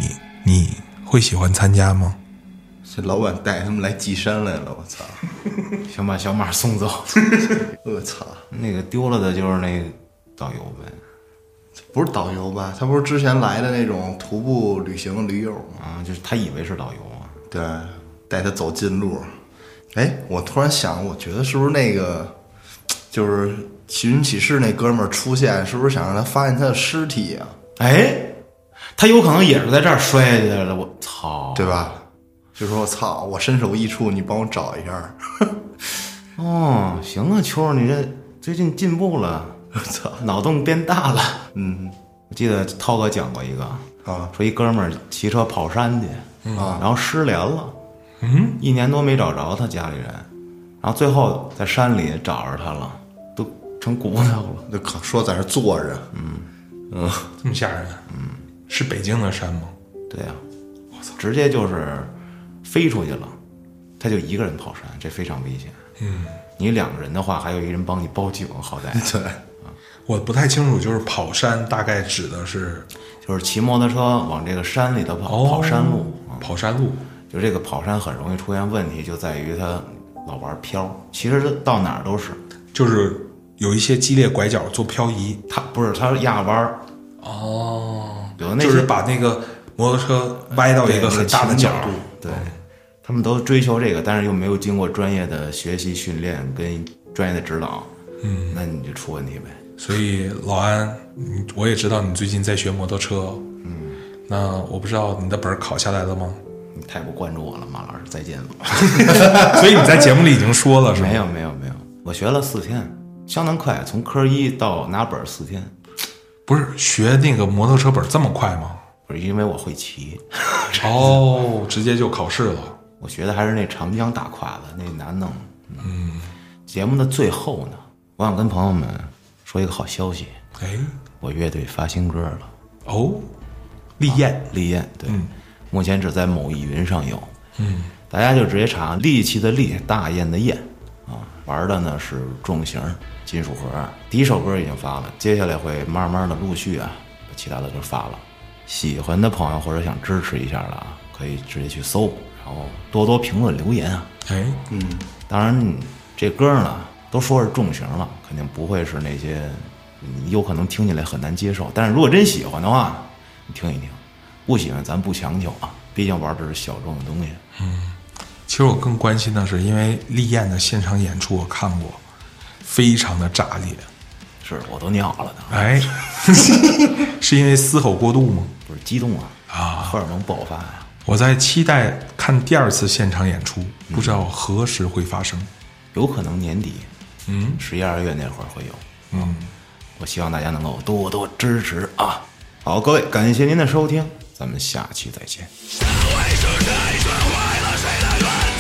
[SPEAKER 3] 你会喜欢参加吗？
[SPEAKER 2] 这老板带他们来祭山来了，我 操！
[SPEAKER 1] 想把小马送走。
[SPEAKER 2] 我操！
[SPEAKER 1] 那个丢了的就是那个导游呗，
[SPEAKER 2] 不是导游吧？他不是之前来的那种徒步旅行驴友吗？
[SPEAKER 1] 啊，就是他以为是导游啊，
[SPEAKER 2] 对，带他走近路。哎，我突然想，我觉得是不是那个，就是《寻人启事》那哥们儿出现，是不是想让他发现他的尸体啊？
[SPEAKER 1] 哎，他有可能也是在这儿摔下去的，我操！
[SPEAKER 2] 对吧？就说我操，我身首异处，你帮我找一下。
[SPEAKER 1] 哦，行啊，秋儿，你这最近进步 了，
[SPEAKER 2] 我操！
[SPEAKER 1] 脑洞变大了。
[SPEAKER 2] 嗯
[SPEAKER 1] 我记得涛哥讲过一个，
[SPEAKER 2] 啊
[SPEAKER 1] 说一哥们儿骑车跑山去，
[SPEAKER 2] 啊
[SPEAKER 1] 然后失联了，嗯，一年多没找着他家里人，然后最后在山里找着他了，都成骨头了。
[SPEAKER 2] 就可说在那儿坐着，
[SPEAKER 3] 这么吓人？嗯，是北京的山吗？
[SPEAKER 1] 对呀、我操，直接就是飞出去了，他就一个人跑山， 这非常危险。嗯，你两个人的话，还有一人帮你包警，好歹
[SPEAKER 2] 对，
[SPEAKER 3] 我不太清楚，就是跑山大概指的是
[SPEAKER 1] 就是骑摩托车往这个山里头跑，
[SPEAKER 3] 哦
[SPEAKER 1] 跑山路啊。
[SPEAKER 3] 跑山路，
[SPEAKER 1] 就这个跑山很容易出现问题，就在于它老玩飘。其实到哪儿都是，
[SPEAKER 3] 就是有一些激烈拐角做漂移，
[SPEAKER 1] 它不是它是压弯儿，
[SPEAKER 3] 哦，
[SPEAKER 1] 有的那些
[SPEAKER 3] 就是把那个摩托车歪到一个很大的角度，哦
[SPEAKER 1] 对，他们都追求这个，但是又没有经过专业的学习训练跟专业的指导，嗯，那你就出问题呗。
[SPEAKER 3] 所以老安，你我也知道你最近在学摩托车，嗯，那我不知道你的本儿考下来了吗？
[SPEAKER 1] 你太不关注我了，马老师，再见吧。
[SPEAKER 3] 所以你在节目里已经说了是 吗？
[SPEAKER 1] 没有没有没有，我学了四天，相当快，从科一到拿本儿四天，
[SPEAKER 3] 不是学那个摩托车本儿这么快 吗？
[SPEAKER 1] 不是因为我会骑，
[SPEAKER 3] 哦，直接就考试了。
[SPEAKER 1] 我学的还是那长江大胯子，那难弄。嗯，节目的最后呢，我想跟朋友们说一个好消息，
[SPEAKER 3] 哎，
[SPEAKER 1] 我乐队发新歌了，
[SPEAKER 3] 哦，立燕，
[SPEAKER 1] 《利焰》对，目前只在某易云上有。嗯，大家就直接查“力气”的“力”，大雁的“雁”啊，玩的呢是重型金属盒啊。第一首歌已经发了，接下来会慢慢的陆续啊，把其他的歌发了。喜欢的朋友或者想支持一下的啊，可以直接去搜，然后多多评论留言啊。
[SPEAKER 3] 哎，
[SPEAKER 1] 当然，你这歌呢都说是重型了，肯定不会是那些你有可能听起来很难接受。但是如果真喜欢的话，你听一听；不喜欢咱不强求啊，毕竟玩的是小众的东西。
[SPEAKER 3] 其实我更关心的是，因为立燕的现场演出我看过，非常的炸裂。
[SPEAKER 1] 是我都尿了呢，
[SPEAKER 3] 哎，是因为嘶吼过度吗？
[SPEAKER 1] 不是激动啊
[SPEAKER 3] 啊
[SPEAKER 1] 荷尔蒙爆发呀、
[SPEAKER 3] 我在期待看第二次现场演出，不知道何时会发生。
[SPEAKER 1] 有可能年底
[SPEAKER 3] 嗯
[SPEAKER 1] 十一二月那会儿会有。
[SPEAKER 3] 嗯，
[SPEAKER 1] 我希望大家能够多多支持啊！好，各位，感谢您的收听，咱们下期再见。
[SPEAKER 5] 为是谁损坏了谁的缘？